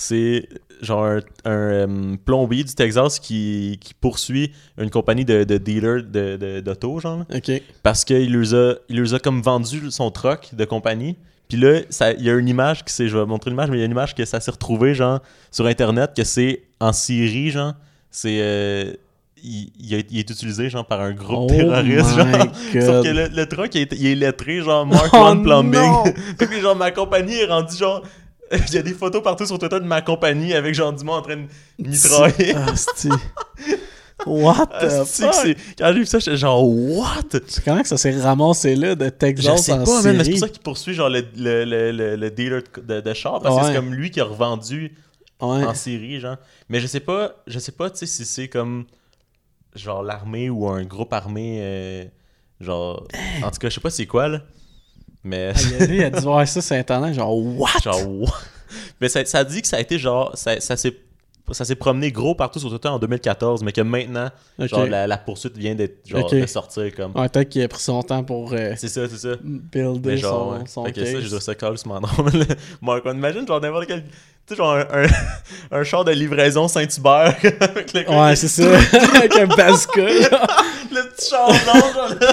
A: C'est genre un, un, euh, plombier du Texas qui, qui poursuit une compagnie de, de dealers de- de- d'auto, genre. là.
B: Ok.
A: parce qu'il leur a, il leur a comme vendu son truck de compagnie. Puis là, ça- il y a une image qui c'est, je vais montrer l'image, mais il y a une image que ça s'est retrouvé genre sur internet que c'est en Syrie, genre, c'est euh, il, il a- il est utilisé genre par un groupe
B: Oh
A: terroriste,
B: my
A: genre. <laughs>
B: God.
A: Sauf que le, le truck il est, il est lettré genre Mark
B: Oh
A: One Plumbing. <laughs>
B: non!
A: Fait que genre ma compagnie est rendue genre <laughs> il y a des photos partout sur Twitter de ma compagnie avec genre du monde en train de mitrailler.
B: Ah,
A: <laughs>
B: c'est- What the
A: Asti que <laughs>
B: fuck?
A: c'est- Quand j'ai vu ça, j'étais genre what?
B: C'est comment que ça s'est ramassé là de
A: Je
B: Texas
A: sais
B: en
A: pas, man, mais c'est pour
B: Syrie?
A: ça qu'il poursuit genre le, le, le, le, le dealer de, de, de char parce que
B: Ouais.
A: c'est comme lui qui a revendu
B: Ouais.
A: en Syrie, genre. Mais je sais pas, je sais pas, tu sais, si c'est comme genre l'armée ou un groupe armé, euh, genre. En tout cas, je sais pas c'est quoi là, mais
B: Ah, Il a, dit- il a dû voir ça sur Internet, genre, what?
A: <laughs> genre. wow. Mais ça, ça dit que ça a été genre, ça, ça s'est ça s'est promené gros partout sur Twitter en 2014, mais que maintenant,
B: Ok.
A: genre la, la poursuite vient d'être genre
B: Ok.
A: de sortir comme.
B: Ouais, peut-être qu'il a pris son temps pour euh,
A: C'est ça, c'est ça.
B: builder
A: Mais genre,
B: son,
A: ouais.
B: son
A: fait que ça,
B: case.
A: je trouve ça <laughs> calcement drôle. Mark, on imagine genre n'importe quel. Tu sais, genre un, <laughs> un, un char de livraison Saint-Hubert <laughs> avec le,
B: Ouais, c'est ça. Avec un
A: <laughs>
B: bascule.
A: le petit char blanc, genre là.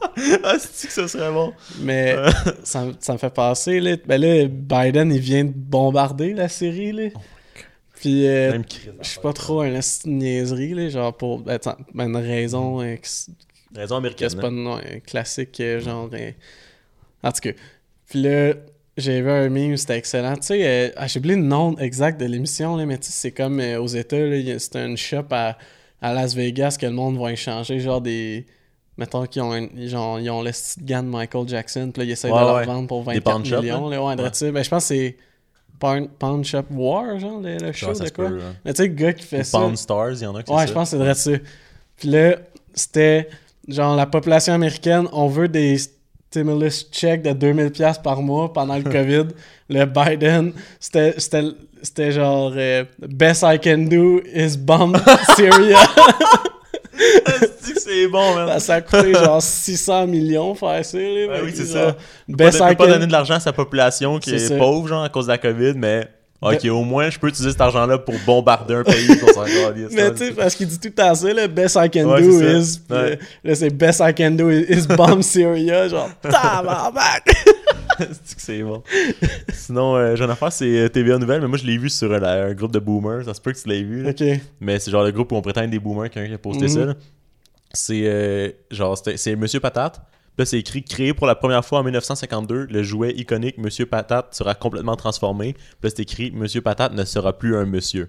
A: <laughs> ah, c'est que ça serait bon.
B: Mais ça, me- ça me fait penser, là. Ben là, Biden, il vient de bombarder la série, là. Puis, euh,
A: Oh Même crise.
B: je suis pas trop un esti de niaiserie, là, genre, pour ben, t'sais, ben, une raison euh, que c-
A: Raison
B: que c'est
A: américaine.
B: pas
A: hein.
B: une- ouais, un classique, euh, genre. euh, En tout cas. Puis là, j'ai vu un meme, c'était excellent. Tu sais, euh, ah, j'ai oublié le nom exact de l'émission, là, mais tu sais, c'est comme euh, aux États, là, il y a- c'est une shop à, à Las Vegas que le monde va échanger, genre des. Mettons qu'ils ont, un- genre, ils ont le style de Michael Jackson, puis là, ils essayent
A: Ouais,
B: de leur
A: ouais.
B: vendre pour
A: Des
B: 24
A: pawn shops, hein?
B: millions.
A: là.
B: là, ouais, drette ça. Ben, je pense que c'est Pawn, Pawn Shop War, genre, le, le show
A: ça
B: de
A: se
B: quoi.
A: peut, hein.
B: Mais tu sais, le gars qui fait
A: Ou
B: ça.
A: Pawn Stars, il y en a qui c'est
B: Ouais,
A: ça.
B: je
A: <laughs>
B: pense que c'est vrai ça. Puis là, c'était genre la population américaine, on veut des stimulus checks de 2000$ par mois
A: <laughs>
B: pendant le COVID. le Biden, c'était- c'était c'était genre euh, Best I can do is
A: <laughs>
B: bomb Syria. <laughs>
A: Asti que c'est bon, man.
B: ça a coûté genre 600 millions faire ça. Là,
A: Ben
B: mais
A: oui, c'est
B: genre,
A: ça. On
B: Best I
A: peut pas
B: can
A: donner de l'argent à sa population qui
B: C'est
A: est,
B: ça.
A: pauvre, genre, à cause de la COVID, mais... Ok, au moins, je peux utiliser cet argent-là pour bombarder un pays qu'on
B: <laughs>
A: s'en calisse,
B: Mais
A: hein.
B: tu sais, parce qu'il dit tout le temps ça, le best I can
A: Ouais,
B: do
A: c'est ça.
B: is. puis
A: Ouais.
B: Là, c'est best I can do is, is
A: <laughs>
B: bomb Syria. Genre, tabarnak!
A: <laughs> Asti que c'est bon. Sinon, euh, j'ai une affaire, c'est euh, TVA Nouvelle, mais moi, je l'ai vu sur euh, la- un groupe de boomers. Ça se peut que tu l'aies vu, là.
B: ok.
A: Mais c'est genre le groupe où on prétend être des boomers, quelqu'un qui a posté
B: Mhm.
A: ça. là. C'est euh, genre, c'était- c'est Monsieur Patate. Puis Là, c'est écrit créé pour la première fois en 1952, le jouet iconique Monsieur Patate sera complètement transformé. Puis là, c'est écrit Monsieur Patate ne sera plus un monsieur.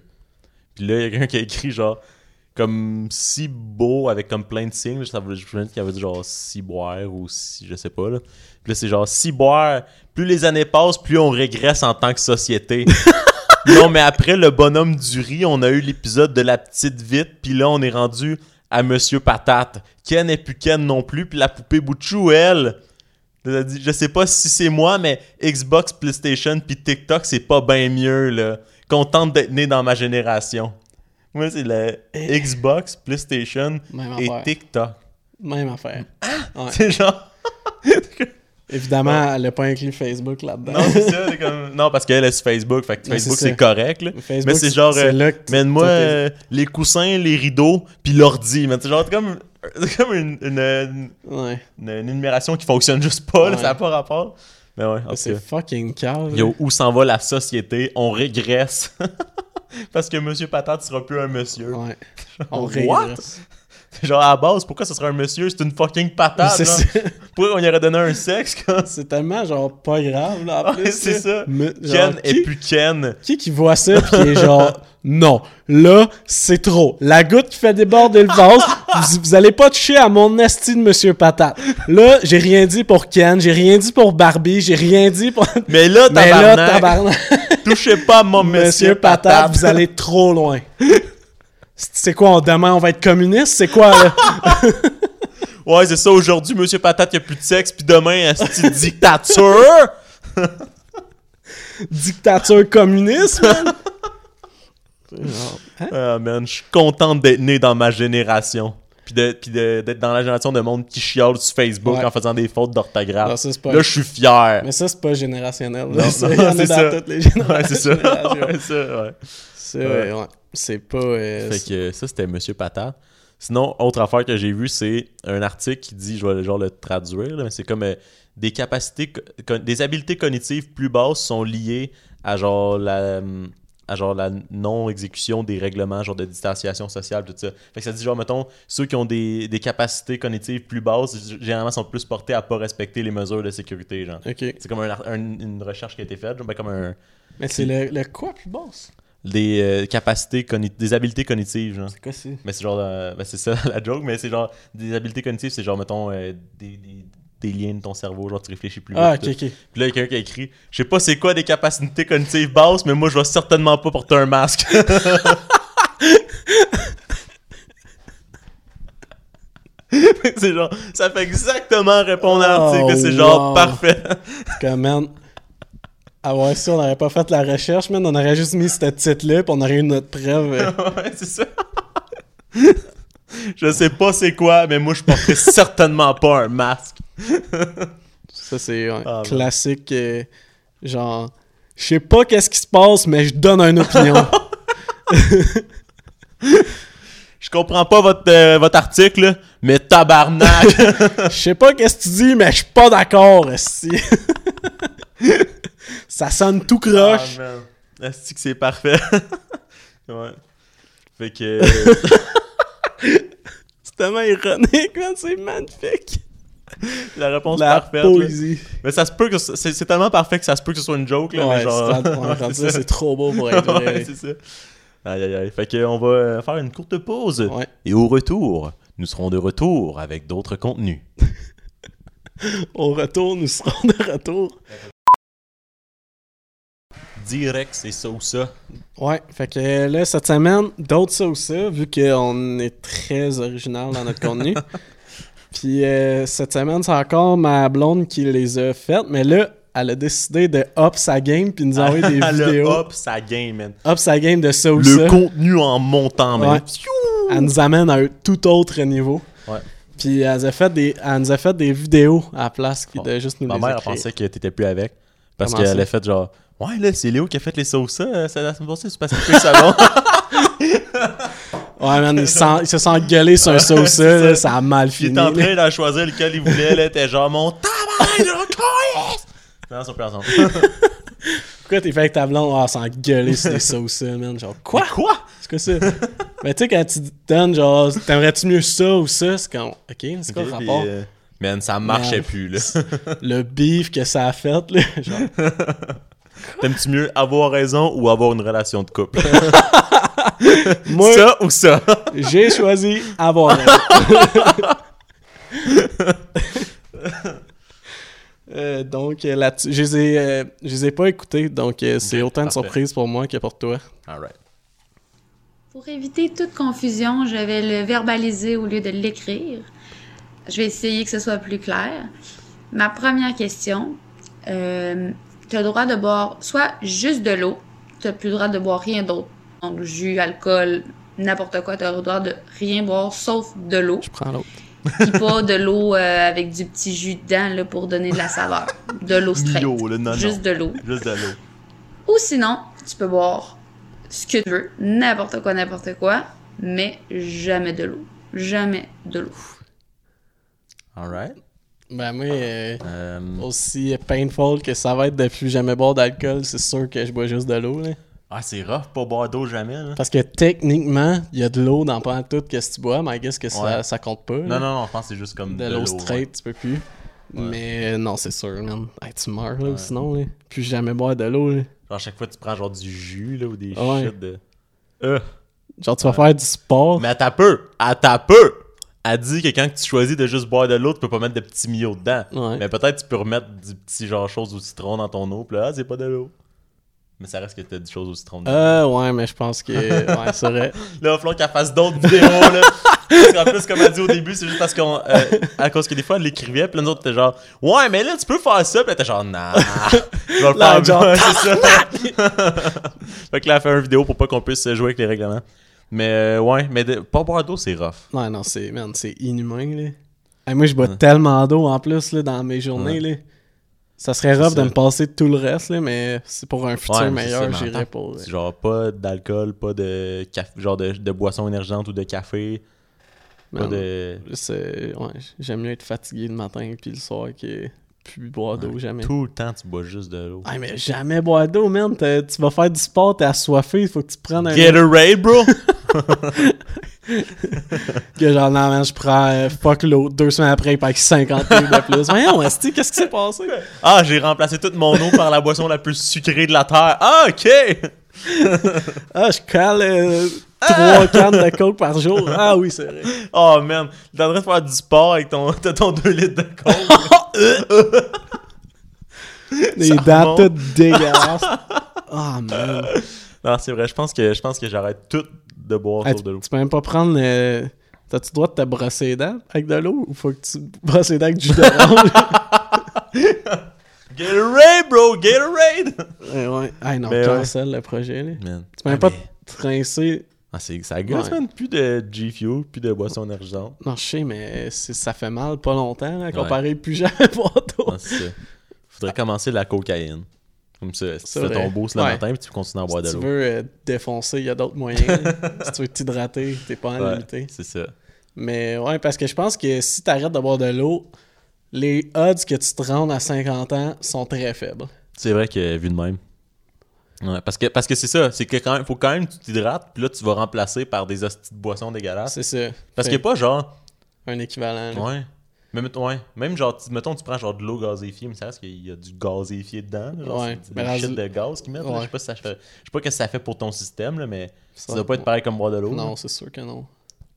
A: Puis là, il y a quelqu'un qui a écrit genre comme si beau avec comme plein de signes. Ça veut, je me qu'il avait dit genre si boire ou si je sais pas. Là. Puis là, c'est genre si boire. Plus les années passent, plus on régresse en tant que
B: <laughs>
A: société. non, mais après le bonhomme du riz, on a eu l'épisode de la petite vite, puis là, on est rendu à Monsieur Patate. Ken est plus Ken non plus, puis la poupée Bouchou, elle. elle a dit, Je sais pas si c'est moi, mais Xbox, PlayStation, puis TikTok, c'est pas bien mieux, là. Contente d'être né dans ma génération. Moi, c'est la Xbox, PlayStation
B: Eh. Même
A: et
B: affaire.
A: TikTok.
B: Même affaire. Ouais.
A: C'est genre.
B: Évidemment, elle n'a pas inclus Facebook là-dedans.
A: Non, c'est ça. c'est comme- Non, parce qu'elle est sur Facebook. Fait que
B: Ouais,
A: Facebook,
B: c'est ça.
A: c'est correct. là.
B: Facebook,
A: mais c'est genre.
B: c'est
A: euh,
B: là que tu-
A: Mène-moi
B: tu-
A: euh, les coussins, les rideaux, puis l'ordi. Mais c'est genre c'est comme, c'est comme une, une, une-
B: Ouais.
A: une- une énumération qui fonctionne juste pas. là,
B: Ouais.
A: ça n'a pas rapport. Mais ouais, en tout
B: C'est
A: cas.
B: fucking cave.
A: Yo, où s'en va la société On régresse. <laughs> Parce que Monsieur Patate sera plus un monsieur. <laughs>
B: Ouais. On
A: What?
B: régresse.
A: Genre, à la base, pourquoi ce serait un monsieur C'est une fucking patate.
B: C'est
A: genre.
B: ça. <laughs>
A: Pourquoi on y aurait donné un sexe quand
B: C'est tellement genre pas grave là. En
A: Ouais,
B: plus,
A: c'est
B: là.
A: ça.
B: Me- genre,
A: Ken
B: qui-
A: est plus Ken
B: Qui qui voit ça pis qui est genre <laughs> non, là c'est trop. La goutte qui fait déborder le vase, vous, vous allez pas toucher à mon esti de Monsieur Patate. Là, j'ai rien dit pour Ken, j'ai rien dit pour Barbie, j'ai rien dit pour.
A: Mais là,
B: Mais là,
A: tabarnak,
B: tabarnak,
A: touchez pas à mon monsieur,
B: Monsieur Patate, vous allez trop loin. C'est quoi, on, demain on va être communiste? C'est quoi euh, là?
A: Ouais, c'est ça. Aujourd'hui, Monsieur Patate, il n'y a plus de sexe, puis demain,
B: <laughs>
A: c'est une dictature.
B: Dictature communiste, man? Genre, hein?
A: Ah, man, je suis content d'être né dans ma génération. Puis de- puis de- d'être dans la génération de monde qui chiale sur Facebook
B: Ouais.
A: en faisant des fautes d'orthographe.
B: Non, ça, c'est pas-
A: Là, je suis fier.
B: Mais ça, c'est pas générationnel.
A: Non,
B: là. <laughs> Ça,
A: non,
B: il y en a
A: c'est
B: dans
A: ça.
B: toutes les générations.
A: Ouais, c'est
B: <laughs>
A: ça. <laughs> Ouais, ça, ouais.
B: C'est euh, ouais. C'est pas. euh,
A: Fait que ça, c'était Monsieur Patate. Sinon, autre affaire que j'ai vue, c'est un article qui dit, je vais genre le traduire, là, mais c'est comme euh, des capacités, co- con- des habiletés cognitives plus basses sont liées à genre la, hum, à genre la non-exécution des règlements, genre de distanciation sociale, tout ça. Fait que ça dit, genre, mettons, ceux qui ont des, des capacités cognitives plus basses, g- généralement sont plus portés à pas respecter les mesures de sécurité, genre.
B: Ok.
A: C'est comme un ar- un- une recherche qui a été faite, genre, ben, comme un,
B: Mais c'est le, le quoi plus basse
A: des euh, capacités, cogni- des habiletés cognitives, genre.
B: C'est quoi c'est
A: Mais c'est genre, euh, ben, c'est ça <laughs> la joke, mais c'est genre des habiletés cognitives, c'est genre, mettons, euh, des, des- des liens de ton cerveau, genre tu réfléchis plus
B: Ah,
A: vite,
B: ok,
A: tout.
B: ok.
A: Puis là, il y a quelqu'un qui a écrit Je sais pas c'est quoi des capacités cognitives basses, mais moi je vais certainement pas porter un masque. <laughs> c'est genre, ça fait exactement répondre à l'article,
B: Oh,
A: c'est genre
B: wow.
A: parfait. <laughs>
B: Comme, man. Ah ouais, si on n'aurait pas fait la recherche, man, on aurait juste mis ce titre-là, pis on aurait eu notre preuve. euh.
A: ouais, c'est ça. <laughs> je sais pas c'est quoi, mais moi je porterai certainement pas un masque.
B: Ça, c'est un
A: Ah, man.
B: classique. euh, genre, je sais pas qu'est-ce qui se passe, mais je donne
A: <laughs>
B: une opinion.
A: Je comprends pas votre, euh, votre article, là, mais
B: <laughs>
A: tabarnak!
B: Je sais pas qu'est-ce que tu dis, mais je suis pas d'accord,
A: <laughs>
B: si. Ça sonne tout croche.
A: Ah, Est-ce que c'est parfait? <laughs> ouais. Fait
B: <laughs>
A: que. euh, ben.
B: c'est tellement ironique, man, c'est magnifique.
A: la réponse
B: La
A: parfaite. là.
B: poésie.
A: Mais ça se peut que. ce- C'est c'est tellement parfait que ça se peut que ce soit une joke, là.
B: Ouais,
A: mais genre... <laughs>
B: c'est- ouais, rendu là,
A: ça.
B: c'est trop beau
A: <laughs>
B: pour être vrai.
A: Ouais, c'est ça. Aïe, aïe, aïe. Fait que on va euh, faire une courte pause.
B: Ouais.
A: Et au retour, Nous serons de retour avec d'autres contenus.
B: Au retour, nous serons de retour.
A: Direct, c'est ça ou ça.
B: Ouais, fait que euh, là, cette semaine, d'autres ça ou ça, vu qu'on est très original dans
A: <laughs>
B: notre contenu. Puis euh, cette semaine, c'est encore ma blonde qui les a faites, mais là, elle a décidé de up sa game puis nous envoyer
A: <laughs>
B: Ah des
A: Le
B: vidéos. Up.
A: hop, ça game, man.
B: sa game de ça ou
A: Le
B: ça.
A: contenu en montant, man.
B: Ouais. Elle nous amène à un tout autre niveau.
A: Ouais.
B: Puis elle nous a fait des, elle nous a fait des vidéos à la place qui
A: Bon.
B: de juste nous
A: Oh. Ma
B: les
A: mère elle
B: écrire.
A: pensait que t'étais plus avec. Parce
B: Comment
A: qu'elle
B: ça?
A: a fait genre. Ouais, là, c'est Léo qui a fait les sauces, ça, euh, ça la semaine passée, c'est parce qu'il fait le salon.
B: <laughs> Ouais, man, ils, s'en- ils se sont engueulés
A: <laughs>
B: sur un ça ou ça, là, ça a mal
A: Puis il
B: fini.
A: était en
B: là.
A: train d'en choisir lequel il voulait, là, était genre mon tabarnak de coïs! Non, ils sont plus ensemble.
B: Pourquoi t'es fait avec ta blonde? Ah, s'engueuler <laughs> sur des ça ou ça, man. Genre, quoi?
A: Quoi?
B: C'est quoi ça? Mais tu sais, quand tu te donnes, genre, t'aimerais-tu mieux ça ou ça? C'est comme, ok, euh, c'est quoi le
A: Puis,
B: rapport?
A: euh, Man, ça marchait
B: Man.
A: plus, là.
B: Le beef que ça a fait, <laughs> là. Genre,
A: T'aimes-tu mieux avoir raison ou avoir une relation de couple?
B: <laughs> moi,
A: ça ou ça?
B: j'ai choisi <laughs> avoir raison. Euh, donc euh, là-dessus, je les ai, euh, je les ai pas écoutés, donc euh, c'est
A: Ok,
B: autant de
A: parfait.
B: surprise pour moi que pour toi.
A: Alright.
D: Pour éviter toute confusion, je vais le verbaliser au lieu de l'écrire. Je vais essayer que ce soit plus clair. Ma première question, tu as le droit de boire soit juste de l'eau, tu n'as plus le droit de boire rien d'autre. Donc, jus, alcool, n'importe quoi, tu as le droit de rien boire sauf de l'eau.
B: Je prends l'autre.
A: <laughs>
D: Puis pas de l'eau euh, avec du petit jus dedans là, pour donner de la saveur. De l'eau straight.
A: Milo, là, non, non.
D: Juste de l'eau.
A: Juste de l'eau.
D: Ou sinon, tu peux boire ce que tu veux, n'importe quoi, n'importe quoi, mais jamais de l'eau. Jamais de l'eau.
A: Alright.
B: Ben moi, euh,
A: Euh,
B: aussi painful que ça va être de plus jamais boire d'alcool, c'est sûr que je bois juste de l'eau. là.
A: Ah, c'est rough pas boire d'eau jamais, là.
B: Parce que techniquement, il y a de l'eau dans pas mal tout que si tu bois, mais I guess que ça,
A: Ouais.
B: ça compte pas. là.
A: Non, non, non, je pense que c'est juste comme
B: de l'eau
A: ouais.
B: straight, tu peux plus. Mais euh, non, c'est sûr, man. Hey, tu meurs, là, ou sinon, là. Plus jamais boire de l'eau, là.
A: Genre, à chaque fois, tu prends genre du jus, là, ou des
B: Ah Ouais.
A: shit de. Euh.
B: Genre, tu vas faire du sport.
A: Mais à ta peu, à ta peu, elle dit que quand tu choisis de juste boire de l'eau, tu peux pas mettre de petits miots dedans.
B: Ouais.
A: Mais peut-être tu peux remettre du petit genre chose au citron dans ton eau, puis là, ah, c'est pas de l'eau. Mais ça reste que t'as du chose au citron. dedans.
B: Euh, ouais, mais je pense
A: <laughs>
B: que. Ouais, c'est vrai.
A: Là, il va falloir qu'elle fasse d'autres vidéos, là. Parce qu'en plus, comme elle dit au début, c'est juste parce qu'on. euh, à cause que des fois, elle l'écrivait, puis là, nous autres, t'es genre, ouais, mais là, tu peux faire ça, puis là, t'es genre, nah. Je vais le
B: Là,
A: faire,
B: genre, <laughs>
A: genre, c'est ça. <laughs> fait que là, elle fait une vidéo pour pas qu'on puisse jouer avec les règlements. Mais euh, ouais, mais de- pas boire d'eau, c'est rough.
B: Ouais, non, c'est. Man, c'est inhumain, là. Hey, moi, je bois tellement d'eau en plus, là, dans mes journées, là. Ça serait rough
A: ça.
B: de me passer tout le reste, là, mais c'est pour un futur
A: Ouais, mais c'est ça,
B: meilleur,
A: mais en
B: j'irais euh,
A: même
B: pas.
A: temps,
B: ouais.
A: c'est Genre pas d'alcool, pas de caf- genre de, de boisson énergisante ou de café, pas
B: Man,
A: de
B: c'est- ouais, j'aime mieux être fatigué le matin puis le soir que plus boire d'eau jamais.
A: tout le temps tu bois juste de l'eau.
B: Ah mais jamais boire d'eau, man. T'as- Tu vas faire du sport, t'es assoiffé, il faut que tu prennes un.
A: Gatorade, bro.
B: Que genre, non, man, je prends euh, fuck l'eau. Deux semaines après, il pack 50 livres de
A: <laughs>
B: plus. Voyons, Esti, qu'est-ce qui s'est passé?
A: ah, j'ai remplacé toute mon eau par la boisson la plus sucrée de la terre. Ah, OK. <laughs>
B: Ah, je cale euh, trois cannes de coke par jour. Ah oui, c'est vrai.
A: Oh man, t'es en train de faire du sport avec ton t'as ton 2 litres de <laughs> coke.
B: Les dents
A: remonte.
B: toutes dégueulasses. <laughs> Ah, man.
A: non, c'est vrai, je pense que je pense que j'arrête tout de boire
B: Hey,
A: sur
B: tu,
A: de l'eau.
B: tu peux même pas prendre. euh, T'as-tu le droit de te brosser les dents avec de l'eau ou faut que tu brosses les dents avec du jus <laughs> d'orange?
A: Gatorade, bro, Gatorade.
B: Eh ouais. Ah non,
A: Mais
B: cancel le projet. Là.
A: <laughs> Man.
B: Tu peux même
A: Ah,
B: pas
A: mais-
B: te trincer.
A: Ah, c'est ça gosse,
B: Ouais.
A: man, plus de G Fuel, plus de boisson énergisante.
B: Non, je sais, mais c'est- ça fait mal pas longtemps, là,
A: Ouais.
B: comparé plus jamais pour toi.
A: Ouais, c'est ça. Faudrait commencer la cocaïne. Comme ça, si
B: C'est
A: tu fais
B: vrai.
A: ton boost le
B: Ouais.
A: matin, puis tu continues à boire
B: Si
A: de
B: tu
A: l'eau.
B: veux euh, défoncer, il y a d'autres moyens.
A: <laughs>
B: là. si tu veux t'hydrater, t'es pas en
A: Ouais,
B: limité.
A: c'est ça.
B: Mais ouais, parce que je pense que si t'arrêtes de boire de l'eau, les odds que tu te rendes à 50 ans sont très faibles.
A: C'est vrai que vu de même. Ouais, parce que parce que c'est ça, c'est que quand même, faut quand même que tu t'hydrates, puis là tu vas remplacer par des hosties de boissons dégueulasses.
B: C'est ça.
A: Ah. Parce
B: Fait
A: qu'il n'y a pas genre
B: un équivalent. là.
A: ouais, même ouais, même genre tu- mettons tu prends genre de l'eau gazéfiée, mais ça reste qu'il y a du gazéfié dedans, là, genre,
B: Ouais,
A: c'est
B: mais
A: des
B: dans
A: shit
B: du-
A: de gaz qu'ils mettent, là,
B: Ouais.
A: je sais pas si ça fait je sais pas ce que ça fait pour ton système là, mais ça,
B: Ça-
A: doit pas être pareil comme boire de l'eau. là.
B: Non, c'est sûr que non.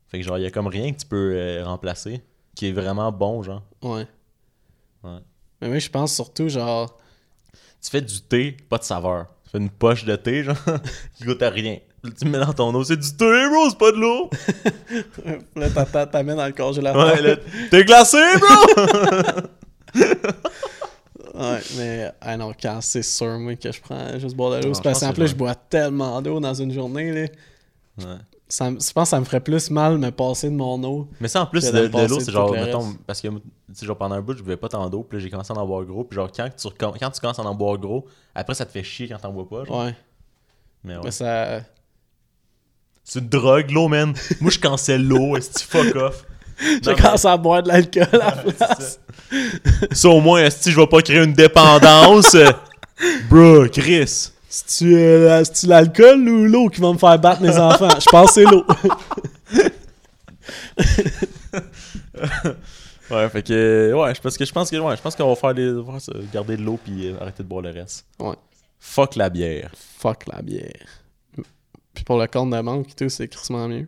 A: Fait que genre, il y a comme rien que tu peux euh, remplacer qui est vraiment bon, genre.
B: Ouais.
A: Ouais.
B: Mais moi, je pense surtout, genre,
A: Tu fais du thé, pas de saveur. Tu fais une poche de thé, genre, <laughs> qui goûte à rien. Tu le mets dans ton eau, c'est du thé, bro, c'est pas de l'eau.
B: <laughs> là, t'a- t'a- t'amènes dans le congélateur.
A: Ouais, là, t'es glacé, bro!
B: <laughs> Ouais, mais ah non, quand c'est sûr, moi, que je prends juste boire de l'eau.
A: Non,
B: C'est
A: je
B: parce
A: pense
B: qu'en
A: que
B: plus,
A: c'est
B: je bois tellement d'eau dans une journée. Là.
A: Ouais.
B: Ça, me- je pense que ça me ferait plus mal me passer de mon eau.
A: Mais ça, en plus,
B: Que
A: de,
B: de le
A: de
B: passer
A: l'eau,
B: tout
A: c'est genre,
B: le
A: mettons,
B: reste.
A: parce que, tu sais, genre, pendant un bout, je buvais pas tant d'eau, puis là, j'ai commencé à en boire gros, puis genre, quand tu, recomm- quand tu commences à en boire gros, après, ça te fait chier quand t'en bois pas, genre.
B: Ouais.
A: Mais ouais.
B: Mais ça.
A: C'est une drogue, l'eau, man. Moi, je cancelle l'eau, est-ce que fuck <laughs> off?
B: J'ai
A: Non,
B: commencé à boire de l'alcool
A: <laughs>
B: à la
A: mais
B: place.
A: c'est ça. Ça, au moins, est-ce que je vais pas créer une <laughs> dépendance? bro, Chris.
B: C'est-tu euh, c'est-tu l'alcool ou l'eau qui va me faire battre mes enfants? Je pense que c'est l'eau. <laughs>
A: Ouais, fait que, euh, ouais, je- parce que je pense que, ouais, je pense qu'on va faire des, voir ça, garder de l'eau, puis euh, arrêter de boire le reste.
B: Ouais.
A: Fuck la bière.
B: Fuck la bière. Puis pour le compte de manque, tout, c'est crissement mieux.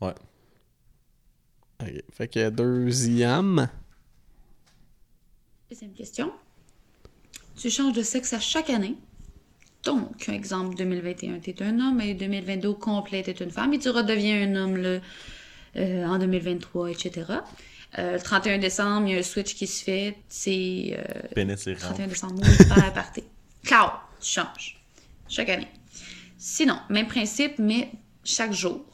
A: Ouais.
B: Ok. Fait que deuxième.
D: Deuxième question. Tu changes de sexe à chaque année. Donc, exemple, 2021, tu es un homme et 2022 au complet, tu es une femme et tu redeviens un homme là, euh, en 2023, etc. Euh, le 31 décembre, il y a un switch qui se fait. C'est euh,
A: Pénis et rampe.
D: 31 décembre, oui, par la partie. Ciao! Tu changes. Chaque année. Sinon, même principe, mais chaque jour.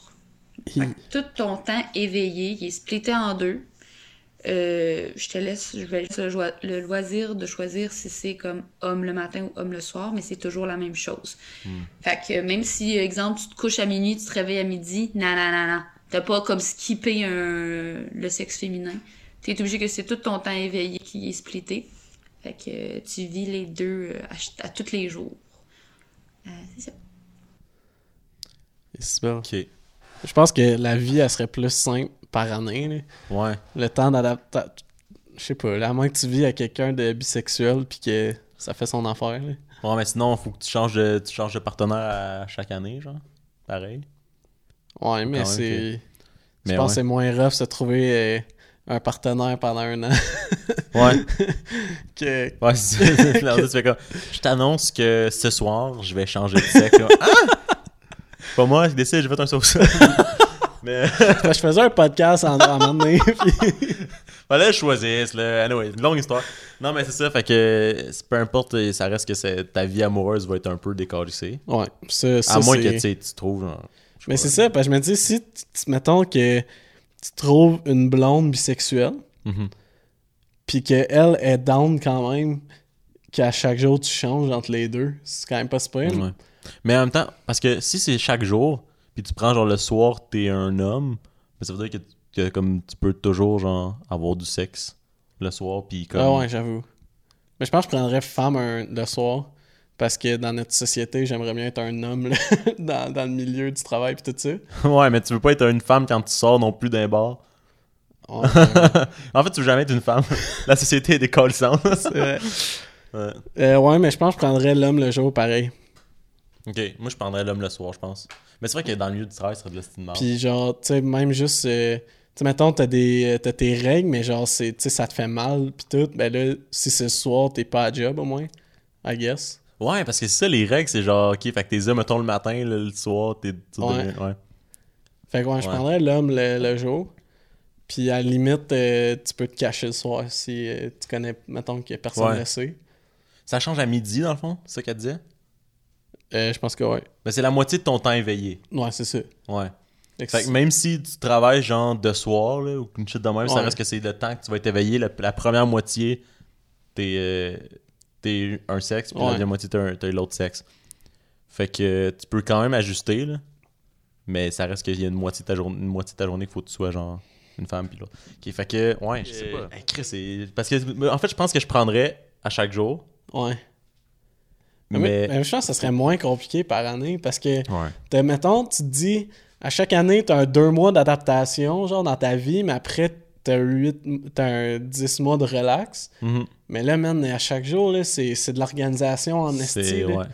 D: Fait que tout ton temps éveillé, il est splitté en deux. Euh, je te laisse, je vais laisser le, joi- le loisir de choisir si c'est comme homme le matin ou homme le soir, mais c'est toujours la même chose. Fait que même si, exemple, tu te couches à minuit, tu te réveilles à midi, non, non, non, non. T'as pas comme skippé un- le sexe féminin. T'es obligé que c'est tout ton temps éveillé qui est splitté. Fait que euh, tu vis les deux euh, à, ch- à tous les jours. Euh, c'est ça.
B: Et c'est bon.
A: Ok.
B: Je pense que la vie, elle serait plus simple par année. là.
A: Ouais.
B: Le temps d'adapter. Je sais pas, là, à moins que tu vis à quelqu'un de bisexuel puis que ça fait son affaire. là.
A: Ouais, mais sinon, faut que tu changes de, tu changes de partenaire à chaque année, genre. Pareil.
B: Ouais, mais
A: même
B: c'est. Je
A: Ah Mais
B: pense que
A: ouais.
B: c'est moins rough se trouver euh, un partenaire pendant un an <laughs>
A: Ouais.
B: que.
A: <laughs> ouais, c'est ça. Là, tu fais comme, Je t'annonce que ce soir, je vais changer de sexe. Là. Hein? Pas moi qui décide, j'ai fait un sauce. <laughs> mais <laughs>
B: <laughs> Quand je faisais un podcast en, en donné, <laughs> puis
A: fallait que je choisisse, là. Anyway, une longue histoire. Non, mais c'est ça, fait que c'est- peu importe, ça reste que c'est- ta vie amoureuse va être un peu décalissée.
B: Ouais, ça, ça
A: À moins
B: c'est-
A: que tu sais, tu trouves. genre, je sais
B: Mais
A: pas.
B: c'est ça, parce que je me dis, si, tu- tu- mettons que tu trouves une blonde bisexuelle,
A: Mhm.
B: puis qu'elle est down quand même, qu'à chaque jour tu changes entre les deux, c'est quand même pas super.
A: Ouais. Mais en même temps, parce que si c'est chaque jour, puis tu prends genre le soir, t'es un homme, mais ça veut dire que, que comme tu peux toujours genre avoir du sexe le soir, puis comme.
B: Ah ouais, j'avoue. Mais je pense que je prendrais femme un- le soir, parce que dans notre société, j'aimerais bien être un homme là, <laughs> dans, dans le milieu du travail puis tout ça.
A: <laughs> Ouais, mais tu veux pas être une femme quand tu sors non plus d'un bar.
B: Ouais,
A: En fait, tu veux jamais être une femme. <laughs> La société est <laughs> décollissante.
B: c'est vrai.
A: ouais.
B: Euh, <laughs> ouais, mais je pense que je prendrais l'homme le jour pareil.
A: Ok, moi je prendrais l'homme le soir, je pense. Mais c'est vrai que dans le milieu du travail, ça serait de l'estime mort.
B: Puis genre, tu sais, même juste, euh, tu sais, mettons, t'as des, euh, t'as tes règles, mais genre, c'est, tu sais, ça te fait mal, puis tout. Ben là, si c'est le soir, t'es pas à job, au moins, I guess.
A: Ouais, parce que c'est ça, les règles, c'est genre, ok, fait que t'es là, mettons le matin, le, le soir, t'es. tu
B: Ouais.
A: deviens- ouais.
B: Fait que ouais, je
A: Ouais.
B: prendrais l'homme le, le jour. Puis à la limite, euh, tu peux te cacher le soir si euh, tu connais, mettons, que personne
A: Ouais.
B: le sait.
A: Ça change à midi, dans le fond, c'est ça qu'elle disait.
B: Euh, je pense que ouais.
A: Mais Ben, c'est la moitié de ton temps éveillé.
B: Ouais, c'est ça.
A: Ouais.
B: Fait que
A: Fait que même si tu travailles genre de soir là, ou une shit de même, ça
B: Ouais.
A: reste que c'est le temps que tu vas être éveillé. La, la première moitié, t'es euh, t'es un sexe, puis
B: Ouais.
A: la deuxième moitié, t'es un- t'es l'autre sexe. Fait que euh, tu peux quand même ajuster, là, mais ça reste qu'il y a une moitié de ta, journée une moitié de ta journée qu'il faut que tu sois genre une femme puis l'autre. Ok, fait que, ouais, je
B: Euh,
A: sais pas. Hey, Chris, c'est- Parce que, en fait, je pense que je prendrais à chaque jour,
B: Ouais. Mais,
A: mais.
B: mais je pense que ça serait moins compliqué par année parce que.
A: Ouais.
B: T'as- euh, mettons, tu te dis, à chaque année, t'as un deux mois d'adaptation, genre, dans ta vie, mais après, t'as huit, t'as un 10 mois de relax.
A: Mhm.
B: Mais là, man, à chaque jour, là, c'est, c'est de l'organisation en esti,
A: C'est
B: là.
A: ouais.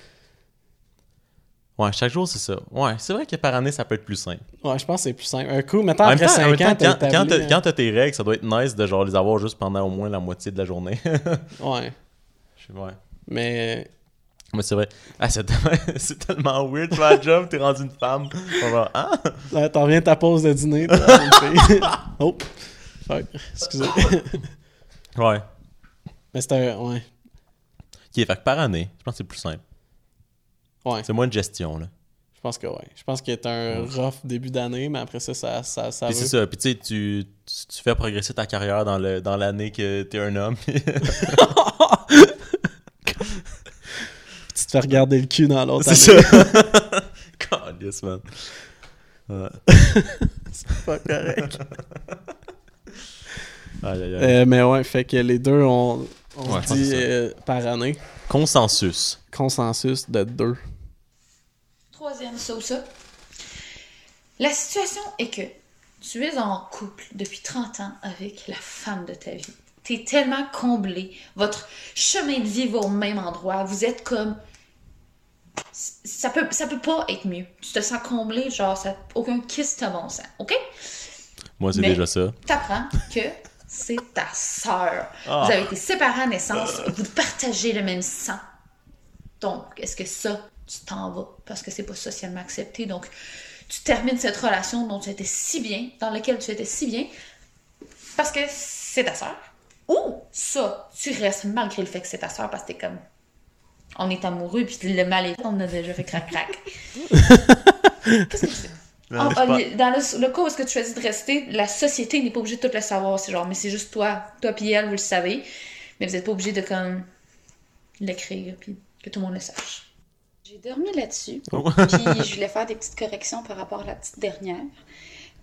A: Ouais, chaque jour, c'est ça. Ouais, c'est vrai que par année, ça peut être plus simple.
B: Ouais, je pense que c'est plus simple. Un coup, mettons
A: En même
B: après
A: temps, en
B: 5
A: même temps,
B: ans, t'as hein.
A: quand, quand
B: établi,
A: t'as- quand t'as tes règles, ça doit être nice de genre les avoir juste pendant au moins la moitié de la journée. <laughs>
B: hein. Ouais.
A: Je sais- ouais.
B: Mais
A: Mais c'est vrai. Ah, c'est <laughs> tellement, c'est tellement weird, tu vas à la job, t'es rendu une femme. On va, ah!
B: euh, là, t'en viens à ta pause
A: <laughs>
B: de dîner. t'as une fille. <laughs> oh! Fuck.
A: <laughs>
B: Excusez.
A: Ouais.
B: Mais c'est un. Ouais.
A: Qui est fait que par année, je pense que c'est plus simple.
B: Ouais.
A: C'est moins de gestion, là.
B: Je pense que ouais. Je pense qu'il est un rough début d'année, mais après ça, ça, ça, ça
A: Puis
B: veut.
A: c'est ça. Puis tu sais, tu, tu- tu fais progresser ta carrière dans, le, dans l'année que t'es un homme. <laughs>
B: Puis Tu te fais regarder le cul dans l'autre
A: c'est
B: année.
A: ça. <laughs> God, yes, man. Ouais.
B: Pas correct.
A: Aïe, aïe, aïe.
B: Euh, mais ouais, fait que les deux, on, on
A: Ouais,
B: se
A: je pense que
B: dit
A: c'est ça.
B: euh, par année,
A: Consensus.
B: consensus de deux.
D: Troisième sauce. La situation est que tu es en couple depuis 30 ans avec la femme de ta vie. T'es tellement comblé. Votre chemin de vie va au même endroit. Vous êtes comme... Ça peut, ça peut pas être mieux. Tu te sens comblé, genre, ça, aucun kiss te bon sens, OK?
A: Moi, c'est
D: Mais-
A: déjà ça.
D: T'apprends que c'est ta sœur.
A: Ah.
D: Vous avez été séparés à naissance. Vous partagez le même sang. Donc, est-ce que ça, tu t'en vas parce que c'est pas socialement accepté? Donc, tu termines cette relation dont tu étais si bien, dans laquelle tu étais si bien, parce que c'est ta sœur. Ou ça, tu restes malgré le fait que c'est ta sœur parce que t'es comme. On est amoureux, puis le mal est. On a déjà fait crac-crac. Qu'est-ce que tu fais? Ah, ah, les- dans le, le cas où est-ce que tu choisis de rester, la société n'est pas obligée de tout le savoir. C'est genre, mais c'est juste toi, toi puis elle, vous le savez. Mais vous n'êtes pas obligé de comme l'écrire puis que tout le monde le sache.
E: J'ai dormi là-dessus.
A: Oh.
E: puis je voulais faire des petites corrections par rapport à la petite dernière.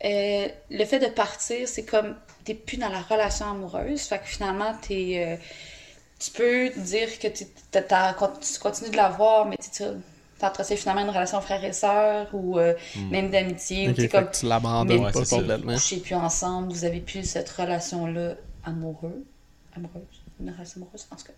E: Euh, le fait de partir, c'est comme t'es plus dans la relation amoureuse. Fait que finalement, t'es, euh, tu peux dire que t'es- t'as- t'as- quand tu continues de la voir, mais tu entretiens finalement une relation frère et sœur ou euh, même d'amitié.
B: Ok,
E: ou t'es
B: fait
E: comme,
B: que tu l'abandonnes
A: Mais-
B: pas
A: Ouais, c'est ça.
B: complètement.
E: couchez plus ensemble, vous avez plus cette relation-là amoureuse. Amoureuse? Une relation amoureuse, en tout cas.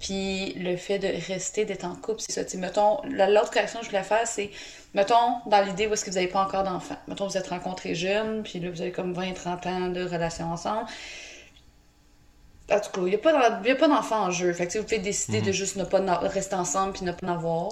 E: Puis le fait de rester, d'être en couple, c'est ça. Tu sais, mettons, la- l'autre correction que je voulais faire, c'est, mettons, dans l'idée où est-ce que vous n'avez pas encore d'enfant. Mettons, vous êtes rencontrés jeunes, puis là, vous avez comme 20, 30 ans de relation ensemble. En tout cas, il n'y a pas dans- il y a pas d'enfant en jeu. Fait que tu sais, vous pouvez
B: Hmm.
E: décider de juste ne pas na- rester ensemble puis ne pas en avoir.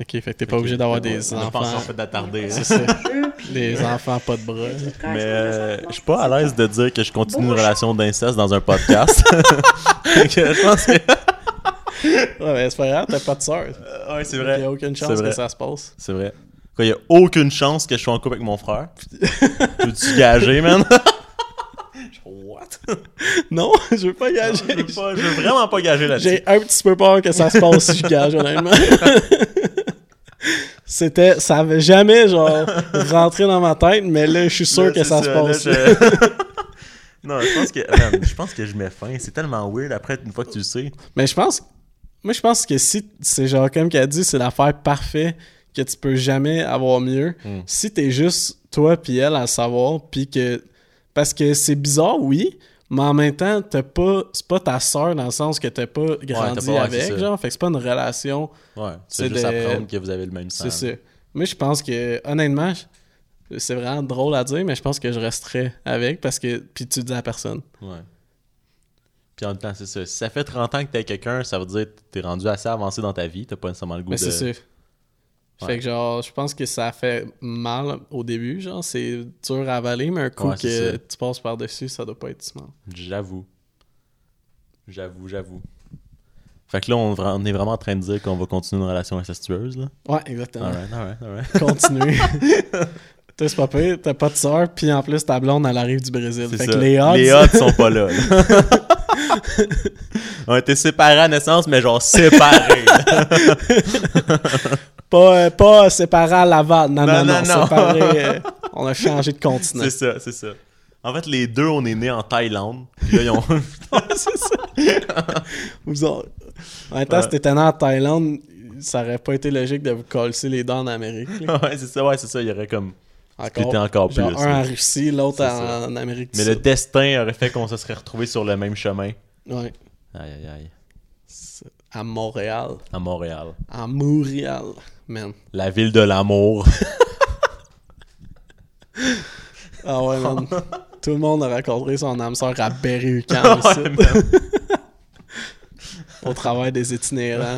B: Ok, fait que t'es pas obligé d'avoir des
A: Je pense qu'on
B: enfants.
A: peut d'attarder.
E: <laughs>
B: C'est ça.
E: Eux, Euh, puis- euh,
B: Des enfants pas de bras.
A: hein. Mais euh, je suis pas à l'aise de dire que je continue une relation d'inceste dans un podcast. <laughs> Fait que je pense que.
B: Ouais, mais c'est pas grave, t'as pas de sœur.
A: <laughs> Ouais, c'est
B: Il y
A: vrai.
B: a aucune
A: C'est
B: chance
A: vrai.
B: que ça se passe. <laughs>
A: C'est vrai. Quoi, il y a aucune chance que je sois en couple avec mon frère. Peux-tu gager, <laughs> man? <laughs> What?
B: Non, je veux pas
A: Je
B: gager.
A: veux, pas- je veux vraiment pas gager là-dessus.
B: J'ai un petit peu peur que ça se passe si je gage, honnêtement. <laughs> C'était, ça avait
A: <laughs>
B: jamais, genre, rentré dans ma tête, mais là, je suis sûr
A: Là,
B: que
A: c'est
B: ça se
A: là,
B: passe.
A: je- non, je <laughs> pense que. man, je pense que je mets fin. C'est tellement weird après, une fois que tu le sais.
B: Mais je pense, moi, je pense que si, c'est genre, comme qu'elle dit, c'est l'affaire parfaite que tu peux jamais avoir mieux.
A: Hmm.
B: Si t'es juste toi puis elle à le savoir, puis que. Parce que c'est bizarre, oui, mais en même temps, t'as pas, c'est pas ta soeur dans le sens que t'as pas grandi
A: ouais, c'est
B: avec,
A: ça.
B: genre, fait que c'est pas une relation.
A: Ouais. C'est
B: C'est
A: juste
B: de-
A: apprendre que vous avez le même sang.
B: C'est ça. Moi, je pense que, honnêtement, je- c'est vraiment drôle à dire, mais je pense que je resterais avec parce que. Puis tu dis à personne.
A: Ouais. Puis en même temps, c'est ça. Si ça fait 30 ans que t'es avec quelqu'un, ça veut dire que t'es rendu assez avancé dans ta vie. T'as pas nécessairement le goût
B: Mais
A: de.
B: Ben, c'est sûr.
A: Ouais.
B: Fait que, genre, je pense que ça fait mal au début, genre, c'est dur à avaler, mais un coup
A: Ouais, c'est
B: que
A: ça.
B: tu passes par-dessus, ça doit pas être si mal.
A: J'avoue. J'avoue, j'avoue. Fait que là, on, vra- on est vraiment en train de dire qu'on va continuer une relation incestueuse, là.
B: Ouais, exactement.
A: Alright, alright, alright.
B: <laughs> Continue. <laughs> Toi, c'est pas pire, t'as pas de soeur, puis en plus, ta blonde, elle arrive du Brésil.
A: C'est
B: Fait
A: ça.
B: que les odds.
A: sont pas là. là. <laughs> on était séparés à naissance, mais genre
B: <laughs>
A: séparés. là.
B: Pas, euh, pas séparés à Laval. Non, non, non.
A: Non, non, non.
B: séparés, euh, on a changé de continent.
A: c'est ça, c'est ça. En fait, les deux, on est nés en Thaïlande. Puis là, ils
B: <laughs>
A: ont...
B: c'est ça. <laughs> Vous en- En même temps,
A: Ouais.
B: si t'étais né en Thaïlande, ça aurait pas été logique de vous colser les dents en Amérique. là.
A: ouais, c'est ça, ouais, c'est ça. Il y aurait comme...
B: Encore,
A: Splitter encore
B: genre
A: plus,
B: Un
A: là.
B: en Russie, l'autre
A: C'est
B: en,
A: ça.
B: en Amérique du
A: Mais le
B: Sud.
A: destin aurait fait qu'on se serait retrouvés sur le même chemin.
B: Ouais.
A: Aïe, aïe, aïe.
B: C'est- à Montréal.
A: à Montréal.
B: À Montréal, man.
A: La ville de
B: <laughs>
A: l'amour.
B: Ah ouais, man. <laughs> Tout le monde a raccordé son âme sœur
A: <laughs>
B: à berry
A: Ouais, man.
B: au travail des
A: <laughs>
B: itinérants.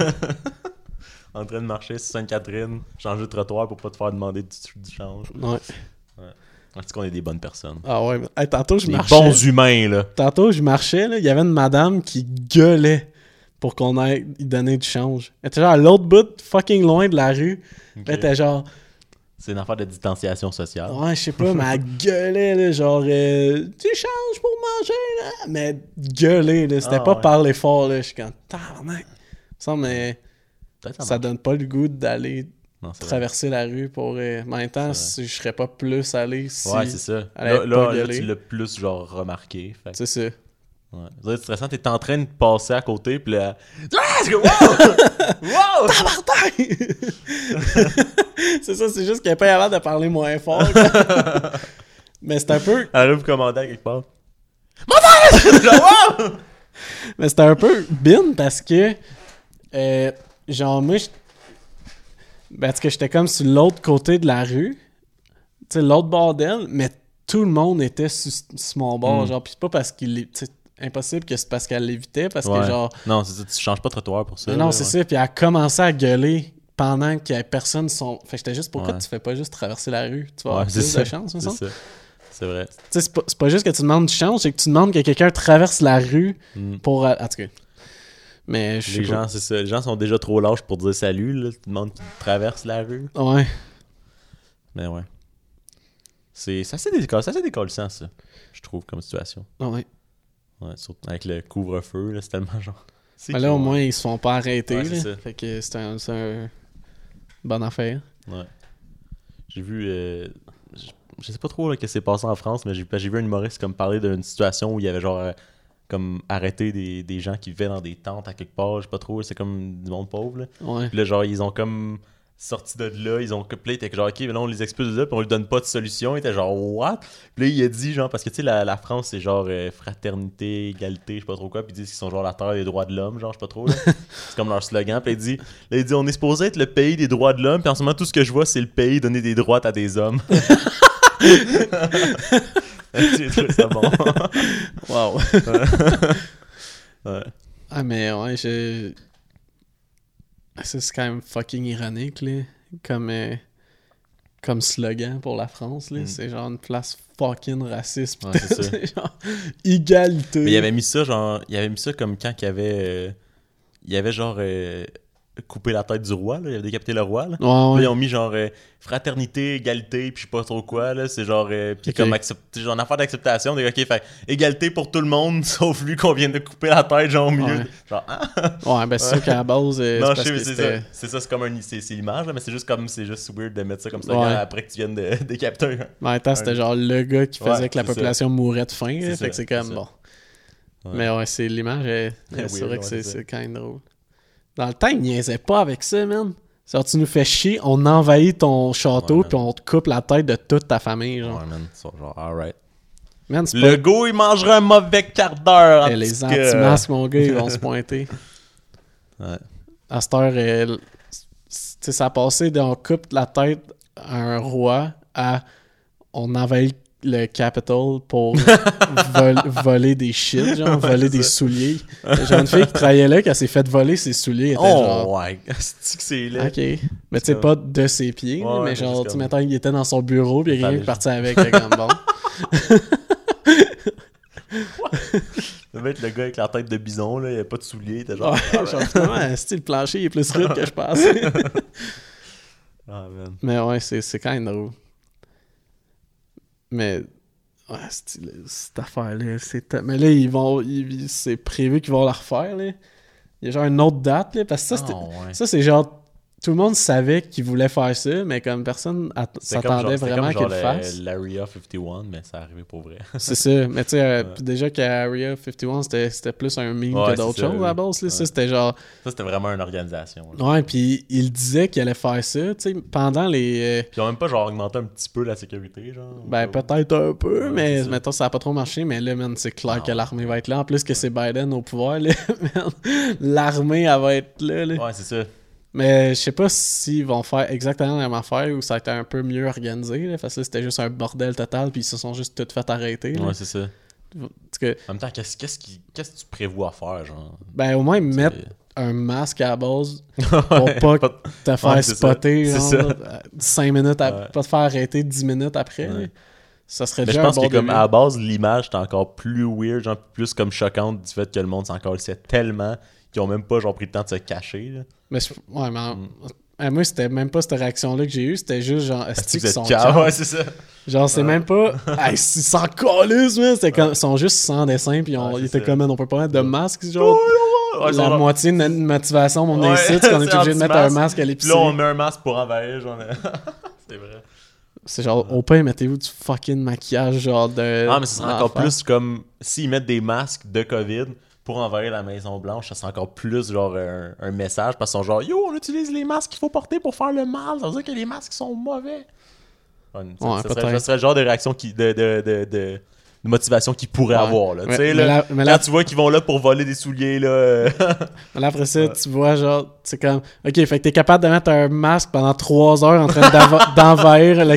A: en train de marcher sur Sainte-Catherine, changer de trottoir pour pas te faire demander du, du change.
B: Ouais.
A: En tout cas, on est des bonnes personnes.
B: Ah ouais, man. Hey, tantôt, je
A: Des
B: marchais.
A: bons humains, là.
B: Tantôt, je marchais, là, il y avait une madame qui gueulait pour qu'on aille lui donner du change. Elle était genre à l'autre bout, fucking loin de la rue. Elle était genre,
A: C'est une affaire de distanciation sociale.
B: ouais, je sais pas, mais elle gueulait, là, genre, euh, tu changes pour manger, là. Mais gueuler, là, c'était
A: Ah,
B: pas
A: ouais.
B: parler fort, là. Je suis comme, tabarnak. Ça, mais
A: Peut-être
B: ça,
A: ça marche.
B: donne pas le goût d'aller
A: Non, c'est vrai.
B: traverser la rue pour. euh, mais en même temps, si je serais pas plus allé si.
A: Ouais, c'est ça.
B: elle
A: Là,
B: avait
A: là-
B: pas
A: là,
B: gueulé.
A: tu l'as plus, genre, remarqué. Fait que-
B: C'est ça.
A: Ouais. Ça doit être stressant, t'es en train de passer à côté, puis là... Ah! C'est comme,
B: <laughs>
A: wow! wow! <laughs>
B: c'est ça, c'est juste qu'elle est pas capable de parler moins fort.
A: <laughs>
B: quoi. mais c'est un peu.
A: Allez vous commander à quelque part.
B: Mais c'était un peu bin parce que. euh, genre, moi, je- ben, parce que j'étais comme sur l'autre côté de la rue. Tu sais, l'autre bord d'elle, mais tout le monde était sur, sur mon
A: Hmm.
B: bord. Genre, pis c'est pas parce qu'il. est- tu sais, impossible que c'est parce qu'elle l'évitait, parce
A: Ouais.
B: que genre.
A: Non, c'est ça, tu changes pas de trottoir pour ça.
B: Mais non,
A: là,
B: c'est
A: ouais.
B: ça. Puis elle a commencé à gueuler pendant qu'il y avait personne. Son... Fait que j'étais juste, pourquoi
A: Ouais.
B: tu fais pas juste traverser la rue? Tu vas
A: Ouais,
B: avoir
A: c'est
B: plus
A: ça.
B: de chance, me
A: c'est
B: semble. Tu
A: ça. C'est vrai.
B: sais, c'est pas, c'est pas juste que tu demandes du chance, c'est que tu demandes que quelqu'un traverse la rue pour. euh, En tout cas. Mais je
A: Hmm. Les
B: sais
A: gens, c'est ça. Les gens sont déjà trop lâches pour dire salut, là. Tout le monde qui traverse la rue.
B: pas. Ah Ouais.
A: Mais ouais. C'est ça c'est décolle, ça c'est décollissant ça. Je trouve comme situation.
B: Ah ouais.
A: Ouais, surtout avec le couvre-feu là, c'est tellement genre. C'est
B: Mais Ben là, au
A: cool.
B: moins, ils se font pas arrêter.
A: Ouais, c'est ça.
B: là. Fait que c'est un, c'est un bonne affaire.
A: Ouais. J'ai vu euh, je, je sais pas trop là, ce qui s'est passé en France, mais j'ai ben, j'ai vu un humoriste comme parler d'une situation où il y avait genre euh, comme arrêté des, des gens qui vivaient dans des tentes à quelque part, je sais pas trop, c'est comme du monde pauvre. Là.
B: Ouais.
A: Puis là, genre, ils ont comme sorti de là, ils ont couplé, t'es genre, ok, mais là, on les expulse de là, puis on lui donne pas de solution. Il était genre, what? Puis là, il a dit, genre, parce que tu sais, la, la France, c'est genre euh, fraternité, égalité, je sais pas trop quoi, puis ils disent qu'ils sont genre la terre des droits de l'homme, genre, je sais pas
B: <laughs>
A: trop. là. c'est comme leur slogan. Puis là, il dit, là, il dit, on est supposé être le pays des droits de l'homme, puis en ce moment, tout ce que je vois, c'est le pays donner des droits à des
B: <laughs>
A: hommes. <laughs> J'ai trouvé ça bon.
B: <laughs>
A: <laughs>
B: Wow.
A: Ouais.
B: ah, mais ouais, je. Ça, c'est quand même fucking ironique, là. Comme, euh, comme slogan pour la France, là. C'est genre une place fucking raciste.
A: Mm. Ouais,
B: <laughs>
A: c'est ça.
B: C'est genre égalité.
A: Mais il avait mis ça, genre, il avait mis ça comme quand il avait, euh, il avait genre euh, coupé la tête du roi, là, il avait décapité le roi. Là. Puis là,
B: Ouais,
A: ils
B: ouais.
A: ont mis genre euh, fraternité, égalité, puis je sais pas trop quoi, là. C'est genre. euh, puis
B: Ok.
A: comme accept- genre, une affaire d'acceptation. des- Ok, fait égalité pour tout le monde, <laughs> sauf lui qu'on vient de couper la tête, genre au milieu.
B: Ouais.
A: Genre, ah!
B: Ouais, ben c'est sûr qu'à la base.
A: <laughs>
B: euh,
A: Non, je sais,
B: c'est parce
A: mais
B: que
A: c'est
B: c'était-
A: ça. C'est ça, c'est comme un. C'est c'est l'image, là, mais c'est juste comme. C'est juste weird de mettre ça comme ça
B: Ouais.
A: après que tu viennes de <laughs> décapiter un.
B: Mais en même temps, c'était
A: Ouais.
B: genre le gars qui faisait
A: Ouais,
B: que la
A: c'est ça.
B: population mourait de faim.
A: C'est
B: là,
A: ça,
B: fait que
A: c'est
B: c'est comme
A: ça.
B: bon.
A: Ouais.
B: Mais ouais, c'est l'image. elle-
A: <laughs> Ouais, weird,
B: C'est vrai
A: ouais,
B: que
A: c'est
B: c'est-
A: ça.
B: c'est quand même drôle. Dans le temps, ils niaisaient pas avec ça, man. Genre, tu nous fais chier, on envahit ton château,
A: Ouais,
B: puis on te coupe la tête de toute ta famille. Genre.
A: Ouais, man. Ils sont Genre, alright.
B: Man, c'est
A: Le go, il mangera un mauvais quart d'heure. en
B: pas. Eh, les
A: tout cas.
B: anti-masques, mon gars, ils
A: <laughs>
B: vont se pointer.
A: Ouais.
B: À cette heure, elle- c- tu sais, ça a passé d'on coupe la tête à un roi à on envahit le Capitol
A: <laughs>
B: pour vol- voler des shit, genre voler
A: <laughs>
B: des souliers. J'ai une fille qui travaillait là, qui s'est fait voler ses souliers. elle était genre,
A: Oh, <laughs> ouais. C'est-tu que c'est là?
B: Ok. Mais tu sais,
A: comme-
B: pas de ses pieds,
A: Ouais, ouais,
B: mais
A: mais
B: genre,
A: juste
B: tu
A: comme-
B: m'attends, il était dans son bureau, puis il y a quelqu'un
A: Fallait
B: qui partait avec le
A: <laughs>
B: gambon.
A: Ça va être le gars avec la tête de bison, là. Il a pas de souliers. T'es genre.
B: Ouais, genre, finalement, si le plancher il est plus rude que je
A: <laughs>
B: pensais.
A: Ah, man.
B: mais ouais, c'est, c'est quand même drôle. Mais, ouais, c'est- cette affaire-là, c'est. te- Mais là, ils vont. ils- ils- c'est prévu qu'ils vont la refaire, là. Il y a genre une autre date, là, parce que ça, c'était-
A: Ah, ouais.
B: ça, c'est genre tout le monde savait qu'il voulait faire ça, mais comme personne at-
A: C'était comme genre-
B: s'attendait
A: c'était
B: vraiment
A: comme
B: qu'il
A: genre
B: le
A: la-
B: fasse.
A: L'Area 51, mais ça arrivait pour vrai. <laughs>
B: C'est ça. Mais tu sais, euh, puis déjà qu'Area 51, c'était c'était plus un meme
A: Ouais,
B: que d'autres
A: c'est ça,
B: choses à la base. là.
A: ouais.
B: Ça, c'était genre.
A: Ça, c'était vraiment une organisation. là.
B: Ouais, puis il disait qu'il allait faire ça, tu sais, pendant les. euh,
A: Puis ils ont même pas genre augmenté un petit peu la sécurité, genre.
B: Ben,
A: ou-
B: peut-être un peu,
A: Ouais,
B: mais
A: c'est ça. Ah
B: mettons, ça n'a pas trop marché. Mais là, man, c'est clair
A: Non.
B: que l'armée va être là. En plus que c'est Biden au pouvoir, là, <laughs> man, l'armée, elle va être là. là.
A: Ouais, c'est ça.
B: Mais je sais pas s'ils vont faire exactement la même affaire ou ça a été un peu mieux organisé. Là, parce que là, c'était juste un bordel total, puis ils se sont juste toutes fait arrêter. là.
A: Ouais, c'est ça.
B: En tout cas,
A: En même temps, qu'est-ce qu'est-ce qui- qu'est-ce que tu prévois faire, genre
B: ben, au moins, ils mettent un masque à
A: <laughs>
B: la base <laughs> pour pas que te faire
A: Ouais, c'est ça.
B: spotter
A: C'est
B: genre,
A: ça.
B: là, cinq minutes, à...
A: Ouais.
B: pas te faire arrêter 10 minutes après.
A: Ouais.
B: là. Ça serait
A: Mais je
B: déjà
A: pense
B: un bon
A: que comme
B: début.
A: à la base, l'image est encore plus weird, genre plus comme choquante du fait que le monde s'en calissait tellement qu'ils ont même pas genre pris le temps de se cacher. Là.
B: Mais je- ouais, mais en-
A: Mm.
B: à moi, c'était même pas cette réaction-là que j'ai eue, c'était juste genre, est-ce
A: Tu
B: qu'ils
A: sais,
B: sont
A: calme,
B: calmes?
A: ouais, c'est ça.
B: Genre, c'est
A: <laughs>
B: même pas, hey, ils s'en calissent, man! C'était comme, ils sont juste sans dessin, puis
A: Ouais,
B: on- ils
A: c'est
B: étaient
A: ça.
B: comme, on peut pas mettre de masque, genre,
A: Ouais, ils sont
B: la
A: genre-
B: moitié de notre motivation, mon
A: Ouais,
B: incite,
A: <laughs>
B: qu'on est
A: c'est
B: obligé de mettre un
A: anti-masque.
B: masque à
A: Puis
B: l'épicerie.
A: là, on met un masque pour envahir, genre. <laughs> c'est vrai.
B: C'est genre, au pain, mettez-vous du fucking maquillage, genre de.
A: Ah, mais ce serait
B: en
A: encore
B: face.
A: plus comme s'ils mettent des masques de COVID pour envahir la Maison Blanche, ça serait encore plus genre un, un message parce qu'ils sont genre Yo, on utilise les masques qu'il faut porter pour faire le mal, ça veut dire que les masques sont mauvais. Ouais, ça,
B: Ouais,
A: ça serait,
B: peut-être.
A: ça serait le genre de réaction qui, de, de, de, de- de motivation qu'ils pourraient
B: Ouais.
A: avoir. Là. Tu
B: Mais-
A: sais,
B: mais
A: là,
B: la- mais
A: quand
B: la-
A: tu vois qu'ils vont là pour voler des souliers, là. euh,
B: Mais là, après ça, tu vois, genre, c'est comme, ok, fait que t'es capable de mettre un masque pendant trois heures en train d'ava- <laughs> d'envahir le
A: mais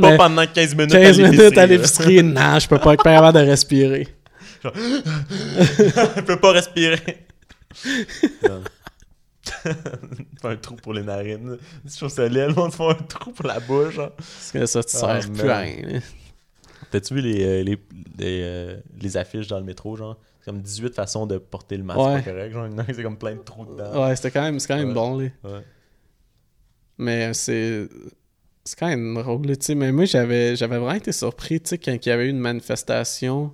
A: <laughs> pas
B: mais.
A: pendant 15 minutes.
B: 15 minutes
A: là.
B: à l'épicerie, non, je peux pas être pas capable de respirer.
A: Je peux pas respirer. Non. <laughs> Fais un trou pour les narines. Si je trouve ça laid, le monde se fait un trou pour la bouche. hein.
B: Parce que ça, tu
A: Ah,
B: sers plus
A: man.
B: à rien. là.
A: T'as-tu vu les, euh, les, les, euh, les affiches dans le métro, genre? C'est comme 18 façons de porter le masque,
B: Ouais. Ah,
A: pas correct, genre. Non, c'est comme plein de trous dedans.
B: Ouais, c'était quand même, c'est quand même
A: Ouais.
B: bon, là.
A: Ouais.
B: Mais c'est. C'est quand même drôle, là, tu sais. Mais moi, j'avais, j'avais vraiment été surpris, tu sais, quand il y avait eu une manifestation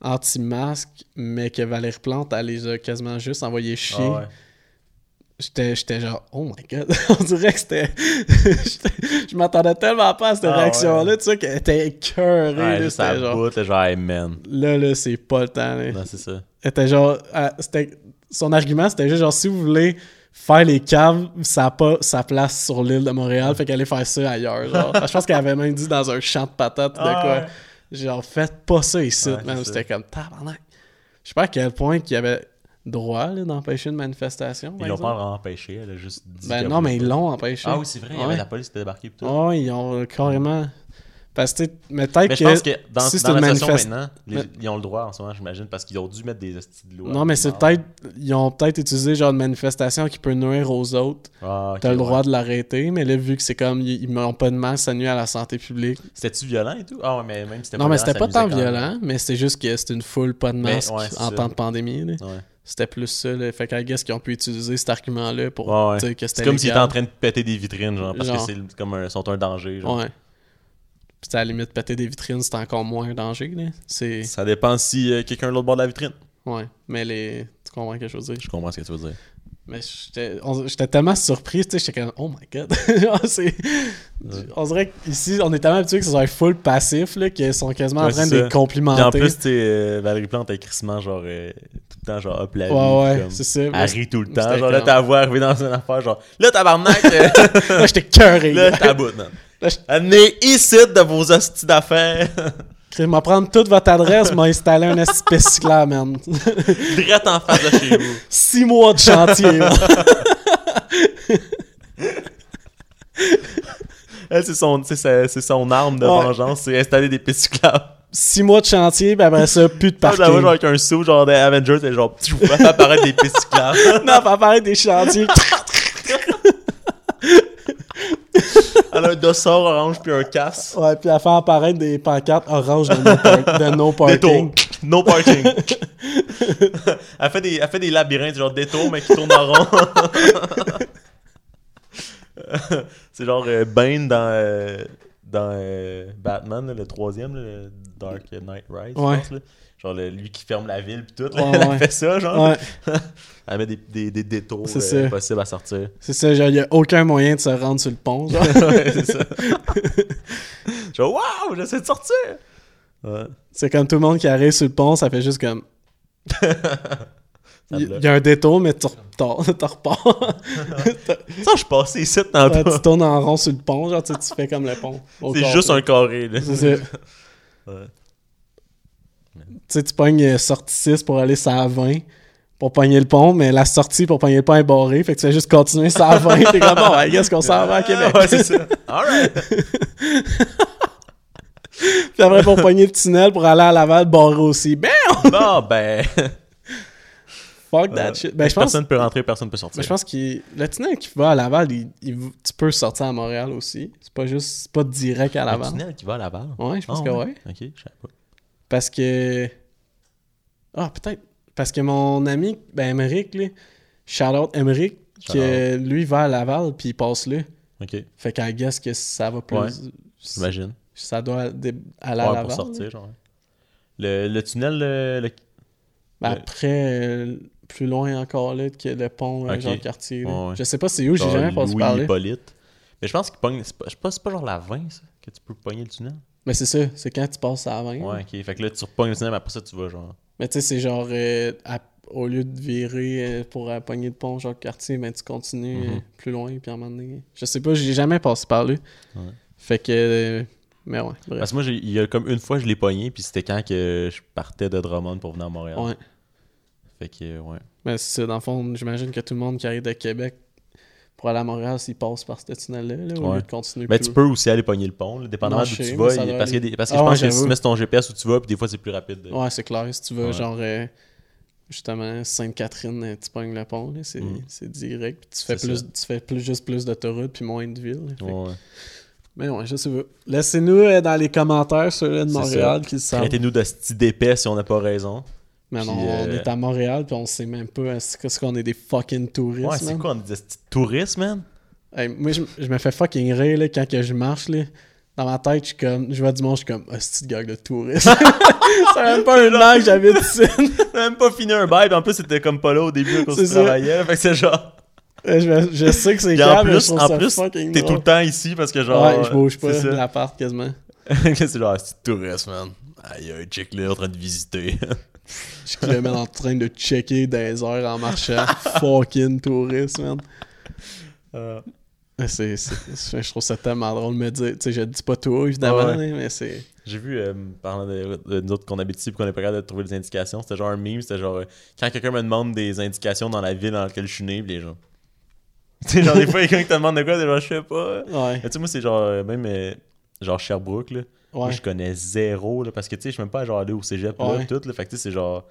B: anti-masque, mais que Valérie Plante, elle les a quasiment juste envoyés chier.
A: Ah ouais.
B: J'étais, j'étais genre, oh my god, <laughs> on dirait que c'était. j'étais- je m'attendais tellement pas à cette
A: Ah
B: réaction-là, tu sais, qu'elle était écœurée,
A: Ouais,
B: là.
A: juste à
B: C'était
A: la
B: genre,
A: bout, là, genre, hey, man.
B: là, là, c'est pas le temps, là.
A: Non, c'est ça.
B: Elle était genre. elle- c'était- son argument, c'était juste genre, si vous voulez faire les caves, ça n'a pas sa place sur l'île de Montréal, fait qu'allez faire ça ailleurs.
A: <laughs>
B: Genre. Je pense qu'elle avait même dit dans un champ de patates de
A: Ah
B: quoi.
A: ouais.
B: Genre, faites pas ça ici,
A: Ouais,
B: même.
A: c'est ça.
B: C'était comme tabarnak. Je sais pas à quel point qu'il y avait droit là, d'empêcher une manifestation. par
A: Ils l'ont pas
B: exemple.
A: vraiment empêché, elle a juste dit.
B: Ben
A: qu'elle
B: non, mais
A: voulait
B: ils
A: pas.
B: l'ont empêché.
A: Ah oui, c'est vrai, il y
B: Ouais. Ah
A: avait la police qui était débarquée. pis tout.
B: Ouais, ils ont carrément. Parce que, tu sais, mais peut-être
A: Mais
B: que.
A: je pense que dans,
B: si c'est
A: dans
B: une
A: la situation
B: manifest-
A: maintenant, les-
B: Mais-
A: ils ont le droit en ce moment, j'imagine, parce qu'ils ont dû mettre des hosties de Ah. loi.
B: Non, mais c'est peut-être. Ils ont peut-être utilisé genre une manifestation qui peut nuire aux autres.
A: Ah, ok,
B: T'as le
A: ouais.
B: droit de l'arrêter, mais là, vu que c'est comme ils ils n'ont pas de masse, ça nuit à la santé publique.
A: C'était-tu violent et tout? Ah ouais, mais même si c'était
B: Non,
A: pas
B: mais
A: violent,
B: c'était
A: ça
B: pas tant
A: amusait quand même.
B: violent, mais c'est juste que c'est une foule pas de
A: Mais,
B: masque
A: ouais, c'est
B: en
A: ça.
B: temps de pandémie. là.
A: Ouais.
B: C'était plus ça. là. Fait qu'à guess qu'ils ont pu utiliser cet argument-là pour
A: Ouais, ouais.
B: dire que c'était
A: C'est comme s'ils étaient en
B: légal.
A: train de péter des vitrines, genre, parce
B: Genre.
A: que c'est comme un, sont un danger. Genre.
B: Ouais. Puis à la limite, péter des vitrines, c'est encore moins un danger. là. C'est...
A: Ça dépend si euh, quelqu'un est de l'autre bord de la vitrine.
B: Ouais. Mais les... Tu comprends ce que je veux dire?
A: Je comprends ce que tu veux dire.
B: Mais j'étais on- j'étais tellement surpris, tu sais, j'étais comme « Oh my God! » <laughs> Genre, c'est- On dirait qu'ici, on est tellement habitué que ça soit full passif, là, qu'ils sont quasiment en
A: Ouais,
B: train
A: c'est
B: de
A: ça.
B: les
A: Puis
B: complimenter.
A: en plus, tu sais, euh, Valérie Plante est crissement, genre, euh, tout le temps, genre, hop la vie,
B: ouais, ouais,
A: puis comme,
B: c'est ça. Moi,
A: Elle rit tout le temps.
B: C'était
A: Genre, là,
B: comme-
A: ta voix arrivée dans une affaire, genre, là, tabarnak,
B: <laughs>
A: euh,
B: j'étais- <laughs> moi, j'étais cœuré.
A: là,
B: Là,
A: t'as bout, man.
B: Là, je-
A: Amenez ici de vos hosties d'affaires. <laughs>
B: Chris, m'a prendre toute votre adresse, m'a installé un espèce là, man.
A: Direct en face de chez
B: <laughs>
A: vous.
B: Six mois de chantier. là.
A: Elle, c'est son, c'est sa- c'est son arme de
B: Ouais.
A: vengeance, c'est installer des petits cyclaves.
B: Six mois de chantier, puis après ça, plus de
A: Là, je Ah, la vois genre
B: parking.
A: avec un saut genre des Avengers et genre pfiou, elle fait apparaître des pistes cyclables.
B: <laughs> Non, pas apparaître des chantiers.
A: Elle a un dossard orange puis un casque.
B: ouais, puis à faire apparaître des pancartes oranges de no, par- de no
A: Des
B: parking.
A: tours. No
B: <laughs>
A: parking. elle, fait des, elle fait des labyrinthes genre détour mais qui tournent en rond. <laughs> c'est genre euh, Bane dans, euh, dans euh, Batman, là, le troisième, là, le Dark Knight Rise, je
B: Ouais.
A: pense, là. Genre le- lui qui ferme la ville pis tout, là,
B: Ouais,
A: <laughs> elle
B: ouais.
A: fait ça, genre.
B: Ouais,
A: Elle met des, des, des détours
B: C'est
A: euh,
B: ça.
A: possibles à sortir.
B: c'est ça, genre, il n'y a aucun moyen de se rendre sur le pont. <laughs> genre.
A: Ouais, c'est <laughs> ça. Genre, waouh, j'essaie de sortir! Ouais.
B: C'est comme tout le monde qui arrive sur le pont, ça fait juste comme.
A: <laughs> Ça
B: Il
A: bloque.
B: y a un détour, mais tu <laughs> repars. tu repars.
A: <laughs> Ça, je passais ici tantôt.
B: Ouais, tu tournes en rond sur le pont, genre, tu, sais, tu fais comme le pont.
A: <laughs>
B: au
A: C'est
B: corps,
A: juste
B: là.
A: un carré, là.
B: C'est ça.
A: <laughs> Ouais.
B: Tu sais, tu pognes euh, sortie 6 pour aller sur la 20 pour pogner le pont, mais la sortie pour pogner le pont est barrée, fait que tu fais juste continuer sur la 20. T'es comme, bon, ben, qu'est-ce qu'on s'en va à Québec?
A: <laughs> Ouais, c'est ça. Alright!
B: <laughs> Puis après, pour pogner le tunnel pour aller à Laval, barré aussi. Bam!
A: Bon, ben. euh,
B: Fuck that shit. Ben, je pense,
A: Personne peut rentrer, personne peut sortir.
B: ben, je pense que le tunnel qui va à Laval, il- il- tu peux sortir à Montréal aussi. C'est pas juste, c'est pas direct à
A: Un
B: Laval.
A: tunnel qui va à Laval.
B: Ouais, je pense
A: Ah,
B: que ouais.
A: Ok, je savais pas.
B: Parce que. Ah, peut-être. Parce que mon ami, ben, Emmerich, là, Charlotte Emmerich, que lui va à Laval, puis il passe là.
A: Ok,
B: Fait qu'à guess que ça va plus.
A: Ouais. j'imagine.
B: Ça doit dé- aller à
A: Ouais,
B: Laval.
A: pour sortir, genre. Le, le tunnel, le, le-
B: Ben,
A: Ouais.
B: après, euh, plus loin encore là, que le pont
A: Ok.
B: Jean-Cartier.
A: Ouais, ouais.
B: Je sais pas c'est où, j'ai
A: genre,
B: jamais entendu
A: Louis
B: parler.
A: Hippolyte. Mais je pense qu'il pogne. C'est pas, je sais pas- c'est pas genre la 20, ça, que tu peux pogner le tunnel.
B: Mais c'est ça, c'est quand tu passes à 20.
A: Ouais, ok. Fait que là, tu repognes le tunnel, mais après ça, tu vas, genre.
B: Mais tu sais, c'est genre, euh, à- au lieu de virer euh, pour euh, pogner le pont Jean-Cartier, ben, tu continues euh,
A: Mhm.
B: plus loin, puis à un moment donné. Je sais pas, j'ai jamais passé par là.
A: Ouais.
B: Fait que. euh, mais ouais, bref.
A: Parce que moi, j'ai- il y a comme une fois, je l'ai pogné, puis c'était quand que je partais de Drummond pour venir à Montréal.
B: Ouais.
A: Fait que, ouais.
B: Mais c'est ça, dans le fond, j'imagine que tout le monde qui arrive de Québec pour aller à Montréal, s'il passe par ce tunnel-là, là, au
A: Ouais.
B: lieu de continuer
A: Mais
B: plus
A: tu peux aussi aller pogner le pont, là, dépendamment d'où
B: Marcher,
A: tu
B: mais
A: vas.
B: ça
A: il-
B: doit
A: parce, que,
B: aller.
A: des- parce que
B: Ah
A: je
B: ouais,
A: pense que si
B: j'avoue.
A: tu mets ton GPS où tu vas, puis des fois, c'est plus rapide. de-
B: Ouais, c'est clair. Si tu vas,
A: Ouais.
B: genre, euh, justement, Sainte-Catherine, euh, tu pognes le pont, là, c'est
A: Mm.
B: c'est direct. Puis tu fais,
A: C'est
B: plus,
A: ça.
B: tu fais plus, juste plus d'autoroutes, puis moins de villes. là. Fait que-
A: Ouais.
B: Mais ouais, je sais pas. Laissez-nous euh, dans les commentaires ceux-là de
A: C'est
B: Montréal qui le savent.
A: Traitez-nous de ce d'épais si on n'a pas raison.
B: Mais non,
A: Puis,
B: on
A: euh,
B: est à Montréal, puis on sait même pas euh, c'est ce qu'on est des fucking touristes.
A: Ouais, c'est
B: man.
A: quoi, on est des petits touristes, man? <laughs>
B: Hey, moi, je, je me fais fucking rire là, quand que je marche. Là. Dans ma tête, je suis comme. Je vois du monde, je suis comme. Ah, c'est une gang
A: <laughs>
B: de touristes. c'est même pas un an que j'habite ici.
A: On a même pas fini un bail, en plus, c'était comme pas là au début quand
B: C'est
A: tu
B: ça.
A: travaillais. Fait que c'est genre.
B: Euh, Je, me- je sais que c'est
A: Puis en
B: grave, mais je
A: plus,
B: trouve
A: en
B: ça
A: plus,
B: fucking
A: t'es tout
B: drôle.
A: le temps ici parce que genre.
B: Ouais, je bouge pas
A: C'est
B: de
A: ça. <laughs>
B: l'appart quasiment.
A: c'est genre, c'est touriste, man. Aïe, aïe, check là, en train de
B: <laughs>
A: visiter.
B: Je suis même en train de checker des heures en marchant. fucking touriste, man. Ah.
A: Euh,
B: C'est, c'est- c'est- je trouve ça tellement drôle de me dire. Tu sais, je le dis pas tout, évidemment,
A: Ouais, ouais.
B: hein, mais c'est.
A: J'ai vu, euh, parlant de, de nous autres qu'on habite ici et qu'on n'est pas capable de trouver des indications, c'était genre un meme, c'était genre euh, quand quelqu'un me demande des indications dans la ville dans laquelle je suis né, pis les gens. <laughs> Tu sais, genre des fois, quelqu'un qui te demande de quoi, t'es genre, je sais pas.
B: Ouais.
A: Mais tu sais, moi, c'est genre, euh, même euh, genre Sherbrooke, là. Moi,
B: Ouais.
A: je connais zéro, là, parce que tu sais, je suis même pas genre allé au cégep, là,
B: Ouais.
A: pis tout, là. Fait que tu sais, c'est genre.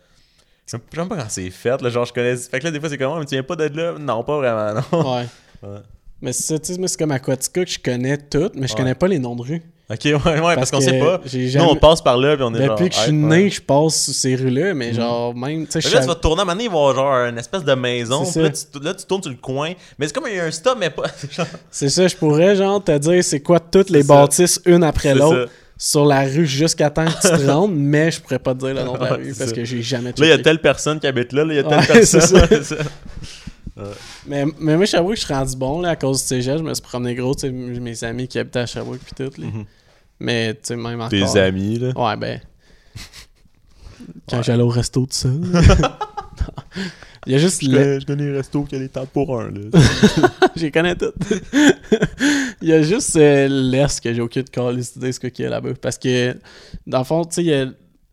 A: Je sais même- je sais même pas quand c'est fait, là. Genre, je connais. Fait que là, des fois, c'est comme, Ah, mais tu viens pas d'être là? Non, pas vraiment, <laughs> non.
B: Ouais.
A: Ouais.
B: Mais c'est ça, tu sais, moi, c'est comme Aquatica que je connais toutes, mais je
A: Ouais.
B: connais pas les noms de rue.
A: Ok, ouais, ouais, parce, qu'on
B: que
A: sait pas.
B: j'ai
A: Nous, on
B: jamais-
A: passe par là, puis on est
B: Depuis
A: genre.
B: que je suis
A: hype,
B: né,
A: ouais.
B: je passe sur ces rues-là, mais genre, même, tu sais, je
A: Fait que là, tu
B: savais-
A: vas te tourner à un moment donné, il va y avoir genre une espèce de maison.
B: C'est
A: Puis là tu, là, tu tournes sur le coin. Mais c'est comme il y a un stop, mais pas. <laughs> c'est genre-
B: C'est ça, je pourrais, genre, te dire c'est quoi toutes les
A: ça.
B: bâtisses, une après
A: C'est
B: l'autre, sur la rue jusqu'à temps que
A: <laughs>
B: tu te rendes, mais je pourrais pas te dire le nom de la
A: Ouais,
B: rue
A: c'est
B: parce
A: ça.
B: que j'ai jamais
A: Là, il y a
B: checké.
A: telle personne qui habite là, là, il y a telle
B: Ouais, <laughs>
A: personne.
B: c'est ça.
A: <laughs> c'est ça.
B: Mais, mais moi, Sherbrooke, je suis rendu bon là, à cause du cégep. Je me suis promené gros, tu sais, m- mes amis qui habitaient à Sherbrooke puis tout.
A: Mm-hmm.
B: là. Mais tu sais, même encore.
A: Tes amis, là.
B: Ouais, ben. Quand j'allais au resto, tout ça. <laughs> Il y a juste.
A: Je
B: le- <laughs>
A: connais, je connais les restos qui a les temps pour un, là.
B: Je les connais toutes. <laughs> il y a juste euh, l'Est que j'ai aucune calice d'idée ce qu'il y a là-bas. Parce que, dans le fond, tu sais, il y a-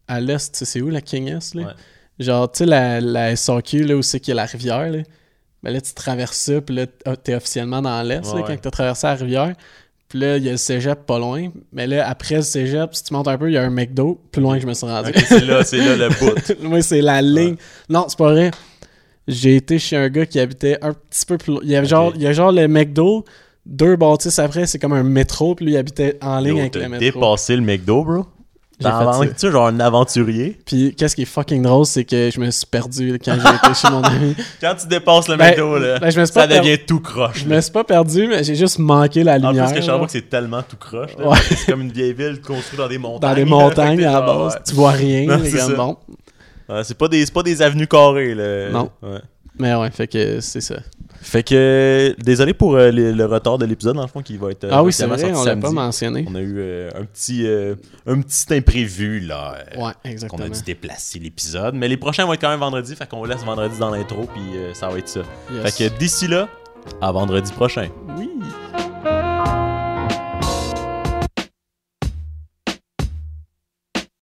B: à l'Est, tu sais, c'est où la King S, là?
A: Ouais.
B: Genre, tu sais, la, la SAQ, là, où c'est qu'il y a la rivière, là. Ben là, tu traverses ça, puis là, t- ah, t'es officiellement dans l'Est,
A: Ouais,
B: là, quand
A: ouais.
B: t'as traversé la rivière. Puis là, il y a le cégep pas loin. Mais là, après le cégep, si tu montes un peu, il y a un McDo plus loin que je me suis rendu.
A: Ok, c'est là, c'est là le bout.
B: Moi, c'est la ligne. Non, c'est pas vrai. J'ai été chez un gars qui habitait un petit peu plus loin. Il y avait genre, il y a genre le McDo, deux bâtisses après, c'est comme un métro, puis lui, il habitait <laughs> en ligne
A: Yo,
B: avec
A: t'as
B: le métro.
A: dépassé le McDo, bro.
B: J'ai fait ça.
A: tu genre un aventurier?
B: Puis qu'est-ce qui est fucking drôle, c'est que je me suis perdu quand j'ai été chez mon ami.
A: Quand tu dépasses <laughs> le
B: Ben,
A: métro, là,
B: ben, je me suis
A: ça
B: pas per-
A: devient tout croche.
B: Je
A: là.
B: me suis pas perdu, mais j'ai juste manqué la
A: En plus,
B: lumière.
A: que je
B: là.
A: savais pas que c'est tellement tout croche. là.
B: Ouais.
A: C'est comme une vieille ville construite dans des montagnes.
B: dans les
A: là. <laughs> Fait
B: montagnes
A: que
B: à la
A: t'es genre,
B: base, tu vois rien,
A: Non,
B: les
A: c'est
B: gars,
A: ça.
B: bon.
A: ouais. Ouais, c'est pas des, c'est pas des avenues carrées. Là.
B: Non.
A: Ouais.
B: Mais ouais, fait que c'est
A: Euh,
B: ça.
A: Fait que, désolé pour euh, le, le retard de l'épisode, dans le fond, qui va être. euh,
B: ah oui, c'est
A: officiellement
B: vrai,
A: sorti
B: on l'a pas
A: samedi.
B: mentionné.
A: On a eu euh, un, petit, euh, un petit imprévu, là. euh,
B: Ouais,
A: qu'on
B: exactement.
A: a dû déplacer l'épisode. Mais les prochains vont être quand même vendredi, fait qu'on laisse vendredi dans l'intro, puis euh, ça va être ça.
B: Yes.
A: Fait que d'ici là, à vendredi prochain.